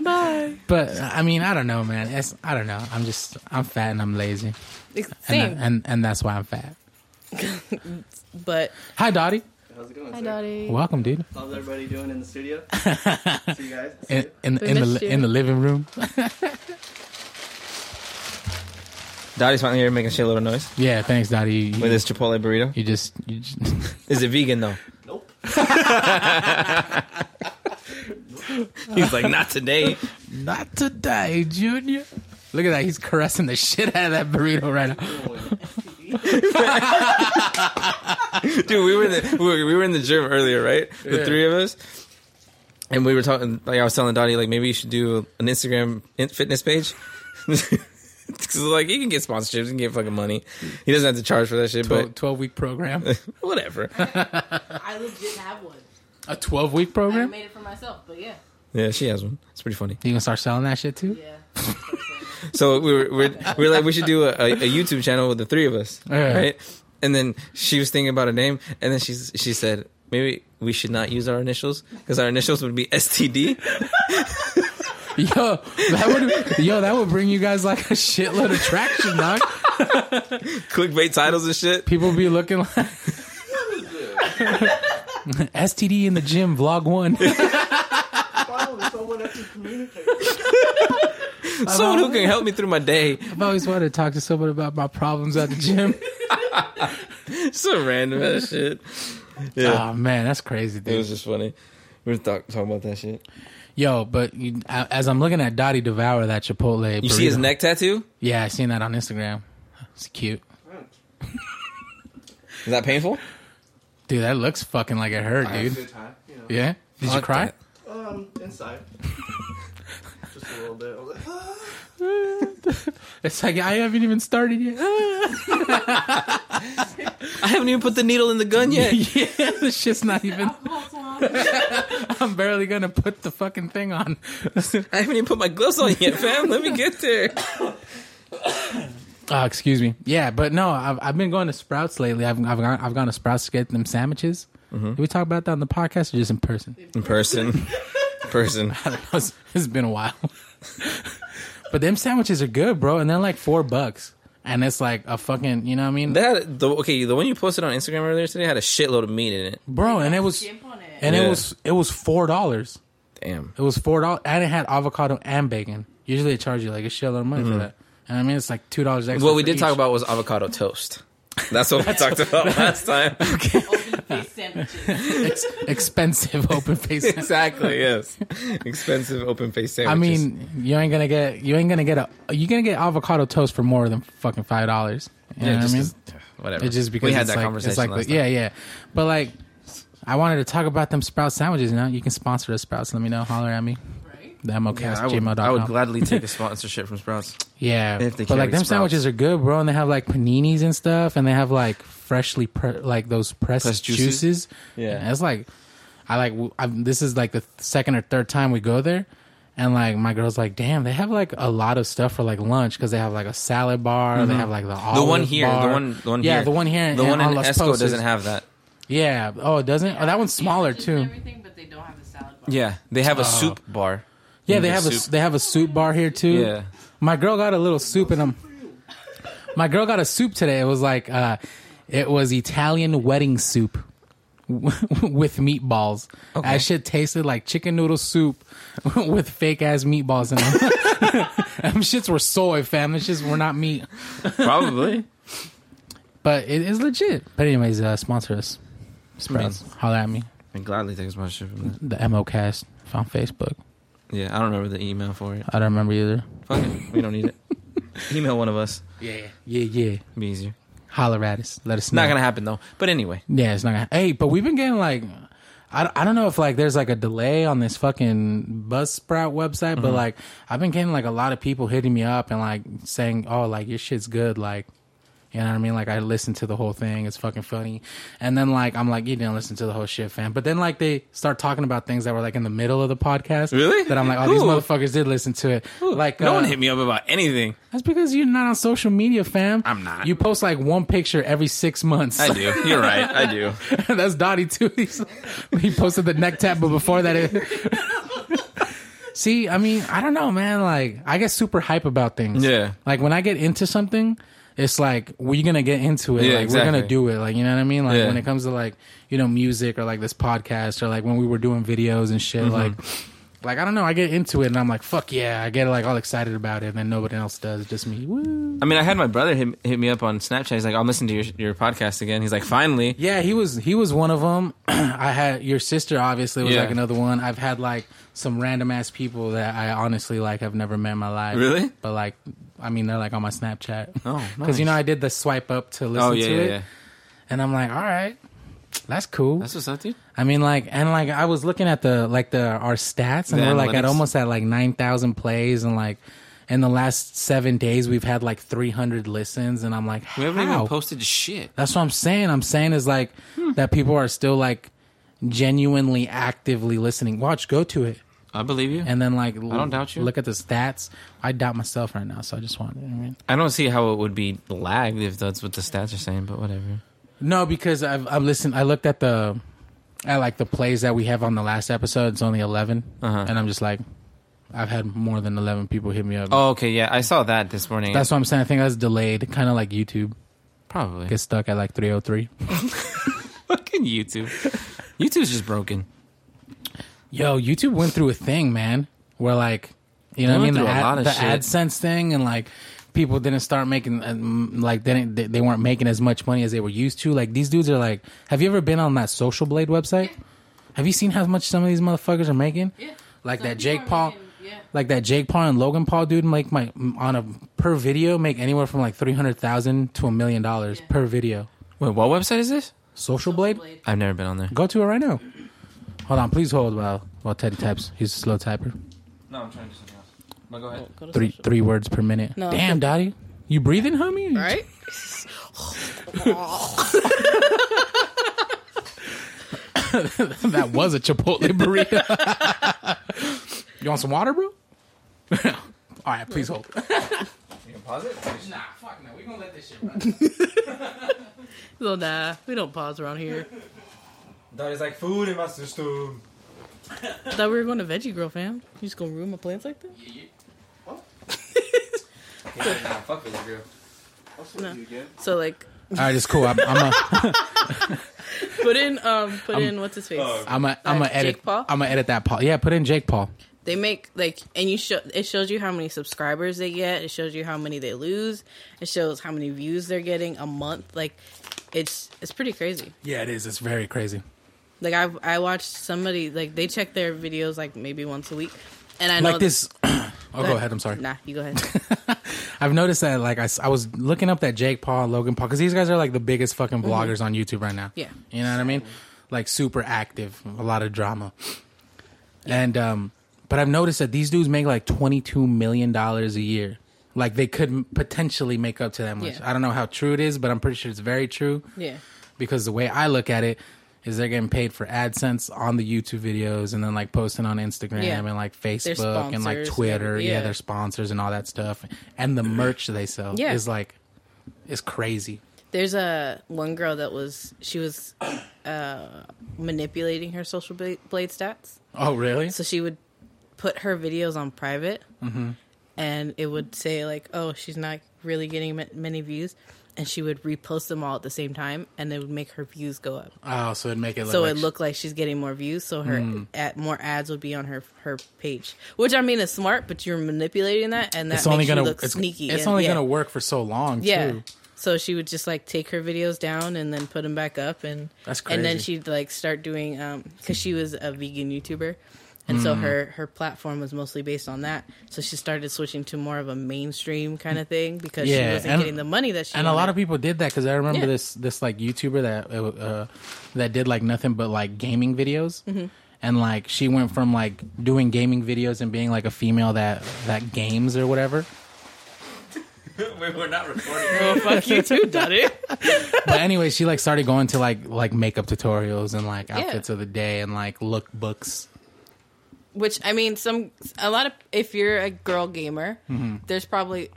Speaker 1: But I mean, I don't know, man. It's, I don't know. I'm just I'm fat and I'm lazy,
Speaker 3: It's the
Speaker 1: and
Speaker 3: same
Speaker 1: and, and that's why I'm fat.
Speaker 3: but
Speaker 1: Hi, Dottie.
Speaker 4: How's it going?
Speaker 3: hi
Speaker 4: sir?
Speaker 3: Dottie.
Speaker 1: Welcome, dude.
Speaker 4: How's everybody doing in the studio? See you guys.
Speaker 1: In in,
Speaker 3: We
Speaker 1: in the
Speaker 3: missed
Speaker 1: li-
Speaker 3: you.
Speaker 1: in the living room.
Speaker 2: Dottie's finally here making a shitload of noise
Speaker 1: Yeah, thanks, Dottie. You-
Speaker 2: with his Chipotle burrito.
Speaker 1: You just, you just
Speaker 2: Is it vegan though?
Speaker 4: Nope.
Speaker 2: He's like, not today.
Speaker 1: not today, Junior. Look at that. He's caressing the shit out of that burrito right now.
Speaker 2: dude we were in the we were, we were in the gym earlier right the
Speaker 1: Yeah.
Speaker 2: three of us and we were talking like i was telling Dottie, like maybe you should do an instagram in- fitness page 'Cause, like he can get sponsorships he can get fucking money he doesn't have to charge for that shit but
Speaker 1: 12 week program.
Speaker 2: whatever
Speaker 3: i legit have one
Speaker 1: A 12 week program? You
Speaker 3: made it for myself but yeah
Speaker 2: yeah she has one it's pretty funny
Speaker 1: gonna start selling that shit too?
Speaker 3: yeah
Speaker 2: so we were we're, we were like we should do a, a, a youtube channel with the three of us
Speaker 1: Yeah.
Speaker 2: right and then she was thinking about a name and then she's she said maybe we should not use our initials because our initials would be std
Speaker 1: Yo, that would, yo, that would bring you guys like a shitload of traction, dog.
Speaker 2: clickbait titles and shit
Speaker 1: People be looking like STD in the gym vlog one.
Speaker 4: Finally, someone that can communicate.
Speaker 2: someone who can help me through my day
Speaker 1: I've always wanted to talk to someone about my problems at the gym.
Speaker 2: so random as shit. Yeah,
Speaker 1: Oh man, that's crazy,
Speaker 2: it was
Speaker 1: dude.
Speaker 2: just funny. We were talk- talking about that shit.
Speaker 1: Yo, but you, I- as I'm looking at Dottie devour that Chipotle,
Speaker 2: You see his
Speaker 1: burrito-
Speaker 2: neck tattoo?
Speaker 1: Yeah, I seen that on Instagram. It's cute.
Speaker 2: Is that painful?
Speaker 1: Dude, that looks fucking like it hurt,
Speaker 4: Had a
Speaker 1: dude.
Speaker 4: good time. You know.
Speaker 1: Yeah? Did you
Speaker 2: Fuck
Speaker 1: cry?
Speaker 2: that.
Speaker 4: Um, inside. Just a little bit. I was like, "Ah."
Speaker 1: It's like I haven't even started yet.
Speaker 2: I haven't even put the needle in the gun yet.
Speaker 1: yeah, the shit's not even. I'm barely gonna put the fucking thing on. Uh,
Speaker 2: I haven't even put my gloves on yet, fam. Let me get there.
Speaker 1: oh, excuse me. Yeah, but no, I've, I've been going to Sprouts lately. I've I've gone, I've gone to Sprouts to get them sandwiches.
Speaker 2: Mm-hmm.
Speaker 1: Did we talk about that on the podcast or just in person?
Speaker 2: In person, person.
Speaker 1: I don't know. It's- it's been a while. but them sandwiches are good, bro, and they're like four bucks, and it's like a fucking you know what I mean,
Speaker 2: That the okay, the one you posted on Instagram earlier today had a shitload of meat in it.
Speaker 1: bro, and it was.
Speaker 3: on it
Speaker 1: and
Speaker 2: Yeah.
Speaker 1: it was it was four dollars.
Speaker 2: Damn.
Speaker 1: It was four dollars, and it had avocado and bacon. Usually, they charge you like a shitload of money for that. And I mean, it's like two dollars extra.
Speaker 2: What Mm-hmm. we
Speaker 1: for
Speaker 2: did talk
Speaker 1: each.
Speaker 2: about was avocado toast. That's what we talked about last time.
Speaker 1: Eh.
Speaker 3: Open face sandwiches.
Speaker 1: expensive open face.
Speaker 2: exactly. Yes. Expensive open faced
Speaker 1: I
Speaker 2: sandwiches.
Speaker 1: mean, you ain't gonna get you ain't gonna get a you gonna get avocado toast for more than fucking five dollars. You know
Speaker 2: yeah,
Speaker 1: what I
Speaker 2: just
Speaker 1: mean?
Speaker 2: 'cause- whatever.
Speaker 1: It's just because
Speaker 2: we had
Speaker 1: it's
Speaker 2: that
Speaker 1: like,
Speaker 2: conversation
Speaker 1: It's like,
Speaker 2: last
Speaker 1: yeah, yeah. But like, I wanted to talk about them sprout sandwiches. Now you can sponsor the sprouts. Let me know. Holler at me.
Speaker 3: Right?
Speaker 1: The
Speaker 2: time.
Speaker 1: mocast
Speaker 2: I would, I
Speaker 1: gmail.com.
Speaker 2: would gladly take a sponsorship from Sprouts.
Speaker 1: yeah,
Speaker 2: if they
Speaker 1: but
Speaker 2: carry
Speaker 1: like them
Speaker 2: Sprouts.
Speaker 1: sandwiches are good, bro. And they have like paninis and stuff, and they have like freshly pre- like those pressed,
Speaker 2: Pressed juices?
Speaker 1: juices.
Speaker 2: Yeah.
Speaker 1: And it's like I like w am this is like the th- second or third time we go there. And like my girl's like, damn, they have like a lot of stuff for like lunch because they have like a salad bar.
Speaker 2: Mm-hmm.
Speaker 1: They have like the
Speaker 2: The one
Speaker 1: olive
Speaker 2: here, the
Speaker 1: bar.
Speaker 2: one, the one
Speaker 1: yeah,
Speaker 2: here,
Speaker 1: the one here,
Speaker 2: the one in
Speaker 1: on Las
Speaker 2: Esco
Speaker 1: Posas.
Speaker 2: doesn't have that.
Speaker 1: Yeah. Oh, it doesn't. Oh, that one's smaller
Speaker 3: Sandwiches and
Speaker 1: too.
Speaker 3: Everything, but they don't have the salad bar.
Speaker 2: Yeah, they have a soup bar.
Speaker 1: Oh. Yeah,
Speaker 2: You
Speaker 1: they
Speaker 2: get
Speaker 1: have a
Speaker 2: soup.
Speaker 1: they have a soup bar here too.
Speaker 2: Yeah.
Speaker 1: My girl got a little soup and I'm My girl got a soup today. It was like uh it was Italian wedding soup with meatballs.
Speaker 2: Okay.
Speaker 1: That shit tasted like chicken noodle soup with fake ass meatballs in them. them shits were soy, fam. Them shits were not meat.
Speaker 2: Probably.
Speaker 1: But it is legit. But anyways, uh sponsor us. Sprouts.
Speaker 2: Amazing.
Speaker 1: Holler at me.
Speaker 2: I gladly take a sponsorship from that.
Speaker 1: The MOcast on Facebook.
Speaker 2: Yeah, I don't remember the email for it.
Speaker 1: I don't remember either.
Speaker 2: Fuck it, we don't need it. Email one of us.
Speaker 1: Yeah. Yeah, yeah.
Speaker 2: Be easier.
Speaker 1: Holler at us. Let us know.
Speaker 2: Not gonna happen though. But anyway,
Speaker 1: Yeah, it's not gonna. Hey, but we've been getting like, I, I don't know if like there's like a delay on this fucking Buzzsprout website,
Speaker 2: Mm-hmm.
Speaker 1: but like I've been getting like a lot of people hitting me up and like saying, oh, like your shit's good, like. You know what I mean? Like I listened to the whole thing. It's fucking funny. And then like I'm like, you didn't listen to the whole shit, fam. But then like they start talking about things that were like in the middle of the podcast.
Speaker 2: Really?
Speaker 1: That I'm like, oh, these
Speaker 2: Who?
Speaker 1: motherfuckers did listen to it. Like
Speaker 2: no
Speaker 1: uh,
Speaker 2: one hit me up about anything.
Speaker 1: That's because you're not on social media, fam.
Speaker 2: I'm not.
Speaker 1: You post like one picture every six months.
Speaker 2: I do. You're right. I do.
Speaker 1: That's Dottie too. He's, he posted the neck tap, but before that, it, see, I mean, I don't know, man. Like, I get super hype about things.
Speaker 2: Yeah.
Speaker 1: Like when I get into something, it's like we're gonna get into it.
Speaker 2: Yeah,
Speaker 1: like we're
Speaker 2: exactly.
Speaker 1: gonna do it. Like you know what I mean? Like
Speaker 2: Yeah.
Speaker 1: when it comes to like you know music or like this podcast or like when we were doing videos and shit,
Speaker 2: Mm-hmm.
Speaker 1: like. Like I don't know, I get into it and I'm like, fuck yeah, I get like all excited about it, and then nobody else does, just me. Woo.
Speaker 2: I mean, I had my brother hit, hit me up on Snapchat. He's like, "I'm listening to your your podcast again." He's like, "Finally."
Speaker 1: Yeah, he was he was one of them. I had your sister obviously was
Speaker 2: Yeah.
Speaker 1: like another one. I've had like some random ass people that I honestly like have never met in my life.
Speaker 2: Really?
Speaker 1: But like, I mean, they're like on my Snapchat.
Speaker 2: Oh,
Speaker 1: because you know I did the swipe up to listen
Speaker 2: Oh yeah,
Speaker 1: to
Speaker 2: yeah,
Speaker 1: it,
Speaker 2: yeah.
Speaker 1: and I'm like, all right, that's cool.
Speaker 2: That's what's up, dude.
Speaker 1: I mean, like, and like I was looking at the like the our stats, and
Speaker 2: The
Speaker 1: we're like at
Speaker 2: analytics.
Speaker 1: almost at like nine thousand plays, and like. In the last seven days, we've had like 300 listens, and I'm like,
Speaker 2: We haven't
Speaker 1: how?
Speaker 2: even posted shit.
Speaker 1: That's what I'm saying. I'm saying is like that people are still like genuinely actively listening. Watch, go to it.
Speaker 2: I believe you.
Speaker 1: And then like
Speaker 2: don't doubt you.
Speaker 1: Look at the stats. I doubt myself right now, so I just want. I mean,
Speaker 2: I don't see how it would be lagged if that's what the stats are saying, but whatever.
Speaker 1: no, because I've I've listened. I looked at the at like the plays that we have on the last episode. It's only 11
Speaker 2: Uh-huh.
Speaker 1: and I'm just like, I've had more than eleven people hit me up.
Speaker 2: Oh, okay, yeah, I saw that this morning.
Speaker 1: That's what I'm saying. I think that's delayed, kind of like YouTube
Speaker 2: probably
Speaker 1: gets stuck at like 303.
Speaker 2: fucking YouTube. YouTube's just broken.
Speaker 1: Yo, YouTube went through a thing, man, where like, you know,
Speaker 2: They
Speaker 1: what I mean,
Speaker 2: went
Speaker 1: the,
Speaker 2: through a lot
Speaker 1: ad,
Speaker 2: of
Speaker 1: the
Speaker 2: shit.
Speaker 1: AdSense thing, and like, people didn't start making um, like they didn't they, they weren't making as much money as they were used to. Like these dudes are like, have you ever been on that Social Blade website? Have you seen how much some of these motherfuckers are making?
Speaker 3: Yeah.
Speaker 1: Like
Speaker 3: Some
Speaker 1: that
Speaker 3: people
Speaker 1: Jake
Speaker 3: are
Speaker 1: Paul.
Speaker 3: making- yeah.
Speaker 1: Like that Jake Paul and Logan Paul dude make my on a per video make anywhere from like three hundred thousand to a million dollars
Speaker 3: Yeah.
Speaker 1: per video.
Speaker 2: Wait, what website is this?
Speaker 1: Social Blade,
Speaker 3: Blade.
Speaker 2: I've never been on there.
Speaker 1: go to it right now. Hold on, please hold while while Teddy types. He's a slow typer.
Speaker 2: No, I'm trying to do something else. But go ahead.
Speaker 3: Go to
Speaker 1: three
Speaker 3: social-
Speaker 1: three words per minute.
Speaker 3: No.
Speaker 1: Damn, Dottie, you breathing, homie?
Speaker 3: Right?
Speaker 1: that was a Chipotle burrito. you want some water, bro? All right, please hold.
Speaker 2: You can pause it.
Speaker 1: Nah, fuck no. We gonna let this shit run.
Speaker 3: Well, nah, we don't pause around here.
Speaker 2: That is like food in my system.
Speaker 3: Thought we were going to Veggie Grill, fam. You just gonna ruin my plans like that?
Speaker 2: nah, fuck with you, girl.
Speaker 4: I'll see
Speaker 3: No.
Speaker 4: you again.
Speaker 3: So like,
Speaker 1: All right, it's cool. I'm, I'm a,
Speaker 3: Put in, um, put in what's his face.
Speaker 4: Oh.
Speaker 1: I'm a I'm a
Speaker 3: Uh, Jake
Speaker 1: edit.
Speaker 3: Paul?
Speaker 1: I'm gonna edit that Paul. Yeah, put in Jake Paul.
Speaker 3: They make like, and you show it shows you how many subscribers they get. It shows you how many they lose. It shows how many views they're getting a month. Like, it's it's pretty crazy.
Speaker 1: Yeah, it is. It's very crazy.
Speaker 3: Like I I watched somebody like they check their videos like maybe once a week, and I know
Speaker 1: Like this. oh, go ahead. I'm sorry.
Speaker 3: Nah, you go ahead.
Speaker 1: I've noticed that. Like I, s- I was looking up that Jake Paul, Logan Paul, because these guys are like the biggest fucking vloggers on YouTube right now.
Speaker 3: Mm-hmm. Yeah.
Speaker 1: you know what I mean. Like super active, a lot of drama, and um. But I've noticed that these dudes make like twenty two million dollars a year. Like they could m- potentially make up to that much.
Speaker 3: Yeah.
Speaker 1: I don't know how true it is, but I'm pretty sure it's very true.
Speaker 3: yeah,
Speaker 1: because the way I look at it is they're getting paid for AdSense on the YouTube videos and then like posting on Instagram
Speaker 3: Yeah.
Speaker 1: and like Facebook and like
Speaker 3: sponsors and-
Speaker 1: Twitter. yeah.
Speaker 3: yeah.
Speaker 1: their sponsors and all that stuff. And the merch they sell
Speaker 3: Yeah.
Speaker 1: is like is crazy.
Speaker 3: there's a one girl that was she was uh, manipulating her social bla- blade stats.
Speaker 1: Oh really?
Speaker 3: So she would put her videos on private, and it would say like, "Oh, she's not really getting ma- many views," and she would repost them all at the same time, and it would make her views go up.
Speaker 1: Oh, so it'd make it look
Speaker 3: so
Speaker 1: like Mm.
Speaker 3: it looked like she's getting more views. So her at more ads would be on her her page, which I mean is smart, but you're manipulating that, and that
Speaker 1: it's
Speaker 3: makes
Speaker 1: only
Speaker 3: you
Speaker 1: gonna
Speaker 3: look
Speaker 1: it's,
Speaker 3: sneaky.
Speaker 1: It's
Speaker 3: and-
Speaker 1: only
Speaker 3: yeah.
Speaker 1: gonna work for so long
Speaker 3: Yeah.
Speaker 1: too.
Speaker 3: So she would just like take her videos down and then put them back up, and
Speaker 1: That's
Speaker 3: And then
Speaker 1: crazy.
Speaker 3: she'd like start doing um because she was a vegan YouTuber, and
Speaker 1: Mm.
Speaker 3: so her her platform was mostly based on that. So she started switching to more of a mainstream kind of thing because
Speaker 1: Yeah,
Speaker 3: she wasn't
Speaker 1: and-
Speaker 3: getting the money that she
Speaker 1: and a lot
Speaker 3: wanted.
Speaker 1: of people did that because I remember
Speaker 3: Yeah.
Speaker 1: this this like YouTuber that uh, that did like nothing but like gaming videos, and like she went from like doing gaming videos and being like a female that that games or whatever.
Speaker 2: Wait, we're not recording.
Speaker 3: Oh fuck you too, Daddy.
Speaker 1: But anyway, she like started going to like like makeup tutorials and like outfits of the day and like look books.
Speaker 3: Which I mean, some a lot of if you're a girl gamer,
Speaker 1: Mm-hmm.
Speaker 3: there's probably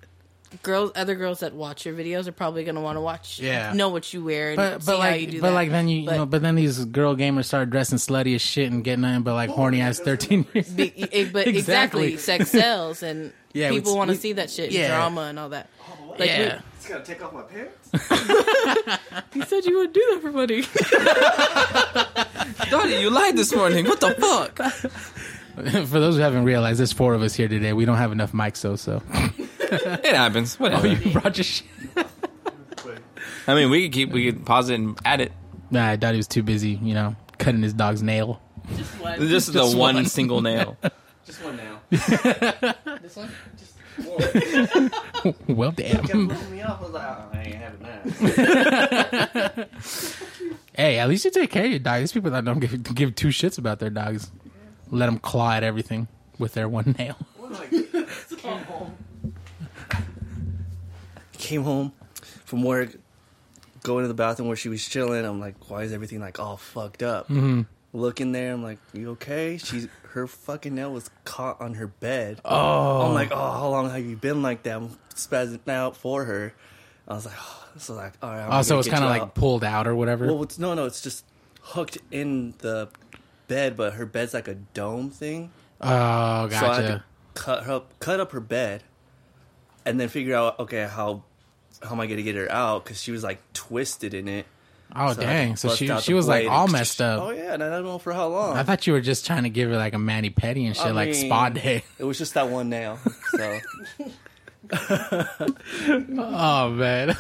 Speaker 3: girls other girls that watch your videos are probably going to want to watch
Speaker 1: Yeah.
Speaker 3: know what you wear and
Speaker 1: But
Speaker 3: see
Speaker 1: but
Speaker 3: how you
Speaker 1: like
Speaker 3: do
Speaker 1: but
Speaker 3: that.
Speaker 1: like then you,
Speaker 3: But-
Speaker 1: you know but then these girl gamers started dressing slutty as shit and getting nothing but like horny ass thirteen years.
Speaker 3: Be- it- but
Speaker 1: Exactly.
Speaker 3: exactly, sex sells, and
Speaker 1: Yeah,
Speaker 3: people
Speaker 1: we-
Speaker 3: want to
Speaker 1: we-
Speaker 3: see that shit,
Speaker 1: yeah.
Speaker 3: drama and all that.
Speaker 4: what?
Speaker 3: Like,
Speaker 1: Yeah.
Speaker 4: It's gotta take off my pants.
Speaker 3: You said you would do that for money.
Speaker 2: Donnie, you lied this morning. What the fuck?
Speaker 1: for those who haven't realized, there's four of us here today. We don't have enough mics though, so
Speaker 2: It happens. Whatever.
Speaker 1: you brought your shit.
Speaker 4: But
Speaker 2: I mean, we could keep, we could pause it and add it.
Speaker 1: Nah, I thought he was too busy, you know, cutting his dog's nail.
Speaker 3: Just one.
Speaker 2: Just,
Speaker 1: Just
Speaker 2: the one,
Speaker 1: one.
Speaker 2: single nail.
Speaker 4: just one now.
Speaker 3: This one.
Speaker 4: Whoa, it
Speaker 1: well,
Speaker 4: kept
Speaker 1: damn.
Speaker 4: pulling me off. I was like, oh, I ain't having that.
Speaker 1: hey, at least you take care of your dog. These people that don't give, give two shits about their dogs, let them claw at everything with their one nail.
Speaker 4: We're like, came home. Came home from work, going to the bathroom where she was chilling. I'm like, why is everything like all fucked up? Mm-hmm. Look in there. I'm like, you okay? She's her fucking nail was caught on her bed.
Speaker 1: Oh,
Speaker 4: I'm like, oh, how long have you been like that? I'm spazzing out for her. I was like, oh, so like, all right. I'm
Speaker 1: oh, so
Speaker 4: gonna
Speaker 1: it's
Speaker 4: get
Speaker 1: kind of
Speaker 4: you
Speaker 1: like
Speaker 4: out.
Speaker 1: pulled out or whatever.
Speaker 4: Well, it's, no, no, it's just hooked in the bed, but her bed's like a dome thing.
Speaker 1: oh,
Speaker 4: So I had
Speaker 1: gotcha.
Speaker 4: to cut her up, cut up her bed, and then figure out okay how how am I gonna get her out because she was like twisted in it.
Speaker 1: oh,
Speaker 4: So I had to
Speaker 1: dang. So
Speaker 4: bust
Speaker 1: she
Speaker 4: out
Speaker 1: she
Speaker 4: the
Speaker 1: was like
Speaker 4: blade
Speaker 1: all
Speaker 4: and-
Speaker 1: messed up.
Speaker 4: Oh yeah, and I don't know for how long.
Speaker 1: I thought you were just trying to give her like a mani petty and shit,
Speaker 4: I
Speaker 1: like
Speaker 4: mean,
Speaker 1: spa day.
Speaker 4: It was just that one nail. So
Speaker 1: Oh man,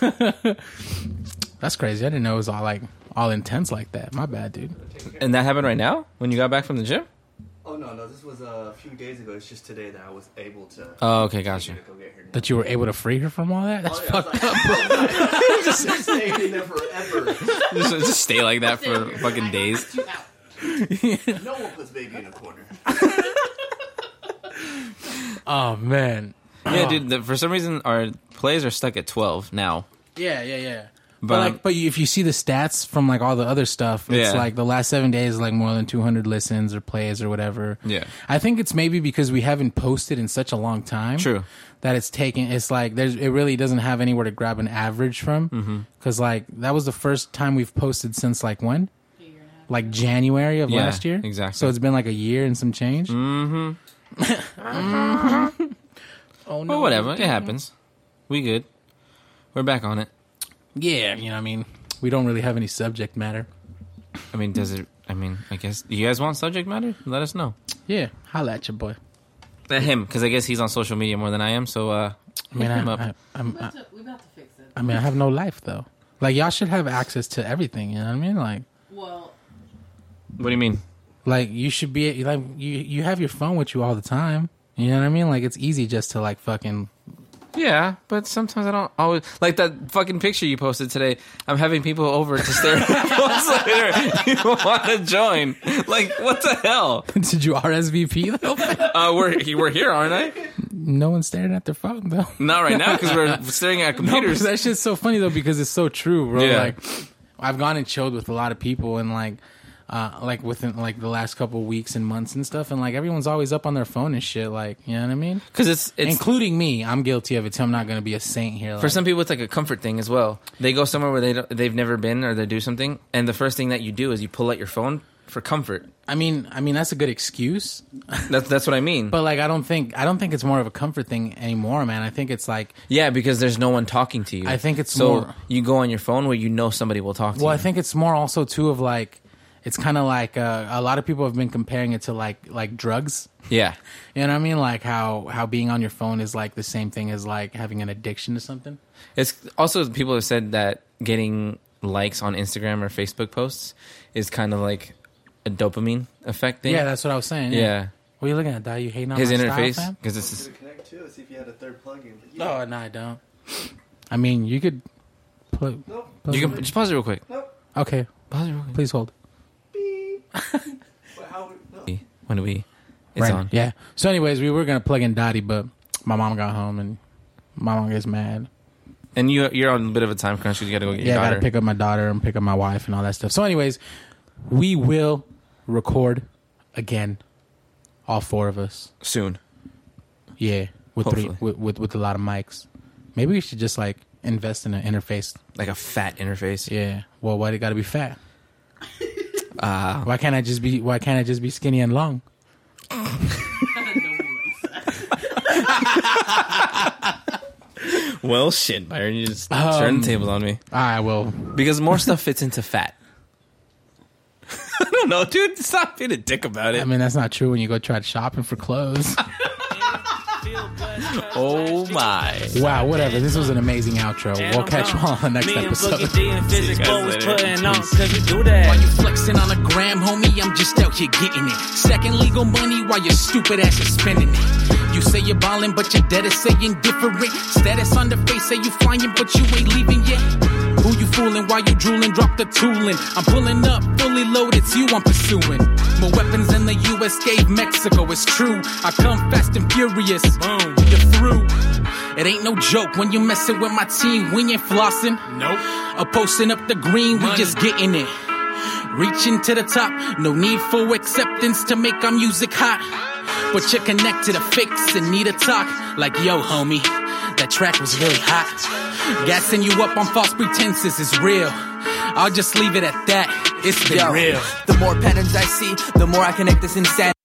Speaker 1: that's crazy. I didn't know it was all like all intense like that. My bad, dude.
Speaker 2: And that happened right now when you got back from the gym?
Speaker 4: oh no, no, this was a few days ago. It's just today that I was able to.
Speaker 1: Uh,
Speaker 2: Oh, okay, gotcha.
Speaker 4: go get her. Oh,
Speaker 1: That you were able to free her from all that. That's fucked up.
Speaker 4: just staying in there forever.
Speaker 2: just, just stay like that for fucking days.
Speaker 4: No one puts baby in a corner.
Speaker 1: Oh man.
Speaker 2: Yeah, dude. The, for some reason, our plays are stuck at twelve now.
Speaker 1: Yeah, yeah, yeah. But,
Speaker 2: But, um,
Speaker 1: like, but you, if you see the stats from like all the other stuff, it's
Speaker 2: Yeah.
Speaker 1: like the last seven days, like more than two hundred listens or plays or whatever.
Speaker 2: Yeah.
Speaker 1: I think it's maybe because we haven't posted in such a long time.
Speaker 2: True.
Speaker 1: that it's taken. It's like there's it really doesn't have anywhere to grab an average
Speaker 2: Mm-hmm.
Speaker 1: from because like that was the first time we've posted since like when. Like January of
Speaker 2: Yeah,
Speaker 1: last year,
Speaker 2: exactly.
Speaker 1: So it's been like a year and some change. Mm-hmm. oh no!
Speaker 2: But whatever, it happens. We good. We're back on it.
Speaker 1: Yeah, you know, what I mean, we don't really have any subject matter.
Speaker 2: I mean, does it? I mean, I guess you guys want subject matter. Let us know.
Speaker 1: Yeah, holla at your boy.
Speaker 2: At him, because I guess he's on social media more than I am. So, uh,
Speaker 1: I mean,
Speaker 2: hit him
Speaker 1: I,
Speaker 2: up.
Speaker 1: I, I'm, I,
Speaker 3: about to, we about to fix it.
Speaker 1: I mean, I have no life though. Like y'all should have access to everything. You know what I mean? Like,
Speaker 3: Well,
Speaker 2: what do you mean?
Speaker 1: like you should be like you you have your phone with you all the time. You know what I mean? Like it's easy just to like fucking
Speaker 2: Yeah, but sometimes I don't always like that fucking picture you posted today. I'm having people over to stare at my posts later. You want to join? Like, what the hell?
Speaker 1: Did you RSVP though?
Speaker 2: Uh, we're he- we're here, aren't I?
Speaker 1: no one's staring at their phone though.
Speaker 2: Not right now because we're staring at
Speaker 1: No, because
Speaker 2: computers.
Speaker 1: that shit's so funny though because it's so true, bro.
Speaker 2: Yeah.
Speaker 1: Like I've gone and chilled with a lot of people and like uh like within like the last couple weeks and months and stuff and like everyone's always up on their phone and shit like, you know what I mean?
Speaker 2: Because it's it's
Speaker 1: Including me. I'm guilty of it. So I'm not going to be a saint here. Like,
Speaker 2: for some people it's like a comfort thing as well. They go somewhere where they don't, they've never been or they do something, and the first thing that you do is you pull out your phone for comfort.
Speaker 1: I mean, I mean that's a good excuse,
Speaker 2: That's that's what I mean.
Speaker 1: but like I don't think I don't think it's more of a comfort thing anymore, man. I think it's like
Speaker 2: yeah, because there's no one talking to you.
Speaker 1: I think it's
Speaker 2: so
Speaker 1: more-
Speaker 2: you go on your phone where you know somebody will talk to
Speaker 1: Well,
Speaker 2: you.
Speaker 1: I think it's more also too of like it's kind of like uh, a lot of people have been comparing it to like like drugs.
Speaker 2: yeah.
Speaker 1: You know what I mean? Like how how being on your phone is like the same thing as like having an addiction to something.
Speaker 2: It's also people have said that getting likes on Instagram or Facebook posts is kind of like a dopamine effect thing.
Speaker 1: Yeah, that's what I was saying.
Speaker 2: yeah.
Speaker 1: What are you looking at, Dad? You hating on
Speaker 2: His
Speaker 1: my
Speaker 2: interface
Speaker 1: Style, fam?
Speaker 2: because it's
Speaker 4: connect to see if you had a third plug-in.
Speaker 1: No, no, I don't. I mean, you could. Pl-
Speaker 4: Nope.
Speaker 1: pl-
Speaker 2: you can just pause it real quick.
Speaker 4: Nope.
Speaker 1: okay,
Speaker 2: Pause it real quick.
Speaker 1: please hold.
Speaker 4: But how? No.
Speaker 2: When do we? It's
Speaker 1: Right.
Speaker 2: on.
Speaker 1: Yeah. So, anyways, we were gonna plug in Dottie, but my mom got home and my mom gets mad.
Speaker 2: And you you're on a bit of a time crunch. 'cause You got to go get
Speaker 1: yeah,
Speaker 2: your
Speaker 1: I
Speaker 2: daughter.
Speaker 1: gotta pick up my daughter and pick up my wife and all that stuff. So, anyways, we will record again, all four of us.
Speaker 2: soon.
Speaker 1: Yeah, with three,
Speaker 2: Hopefully.
Speaker 1: with, with with a lot of mics. Maybe we should just like invest in an interface.
Speaker 2: Like a fat interface.
Speaker 1: Yeah. Well, why do it gotta be fat?
Speaker 2: Uh,
Speaker 1: why can't I just be? Why can't I just be skinny and long?
Speaker 2: Well, shit, Byron, you just
Speaker 1: Um,
Speaker 2: turned the tables on me
Speaker 1: I will.
Speaker 2: because more stuff fits into fat. I don't know, dude. Stop being a dick about it.
Speaker 1: I mean, that's not true. When you go try shopping for clothes.
Speaker 2: oh my.
Speaker 1: wow. Whatever. This was an amazing outro. We'll catch you all on the next
Speaker 5: Me and
Speaker 1: episode.
Speaker 5: Boogie D and
Speaker 2: you
Speaker 5: Physics
Speaker 2: guys
Speaker 5: always
Speaker 2: later.
Speaker 5: putting on, cause we do that.
Speaker 6: While you flexing on a gram, homie, I'm just out here getting it. Second legal money while your stupid ass is spending it. You say you're ballin', but your debt is saying different. Status on the face, say you flying, but you ain't leaving yet. Who you fooling while you drooling? Drop the tooling. I'm pulling up, fully loaded, it's you I'm pursuing. More weapons than the US gave Mexico, it's true. I come fast and furious. Boom, you're through. It ain't no joke when you messing with my team. We ain't flossing. Nope. Or posting up the green, we just getting it. Reaching to the top, no need for acceptance to make our music hot. But you're connected to fix and need a talk. Like, yo, homie, that track was really hot. Gassing you up on false pretenses is real. I'll just leave it at that. It's been
Speaker 7: Yo,
Speaker 6: real.
Speaker 7: The more patterns I see, the more I connect this insanity.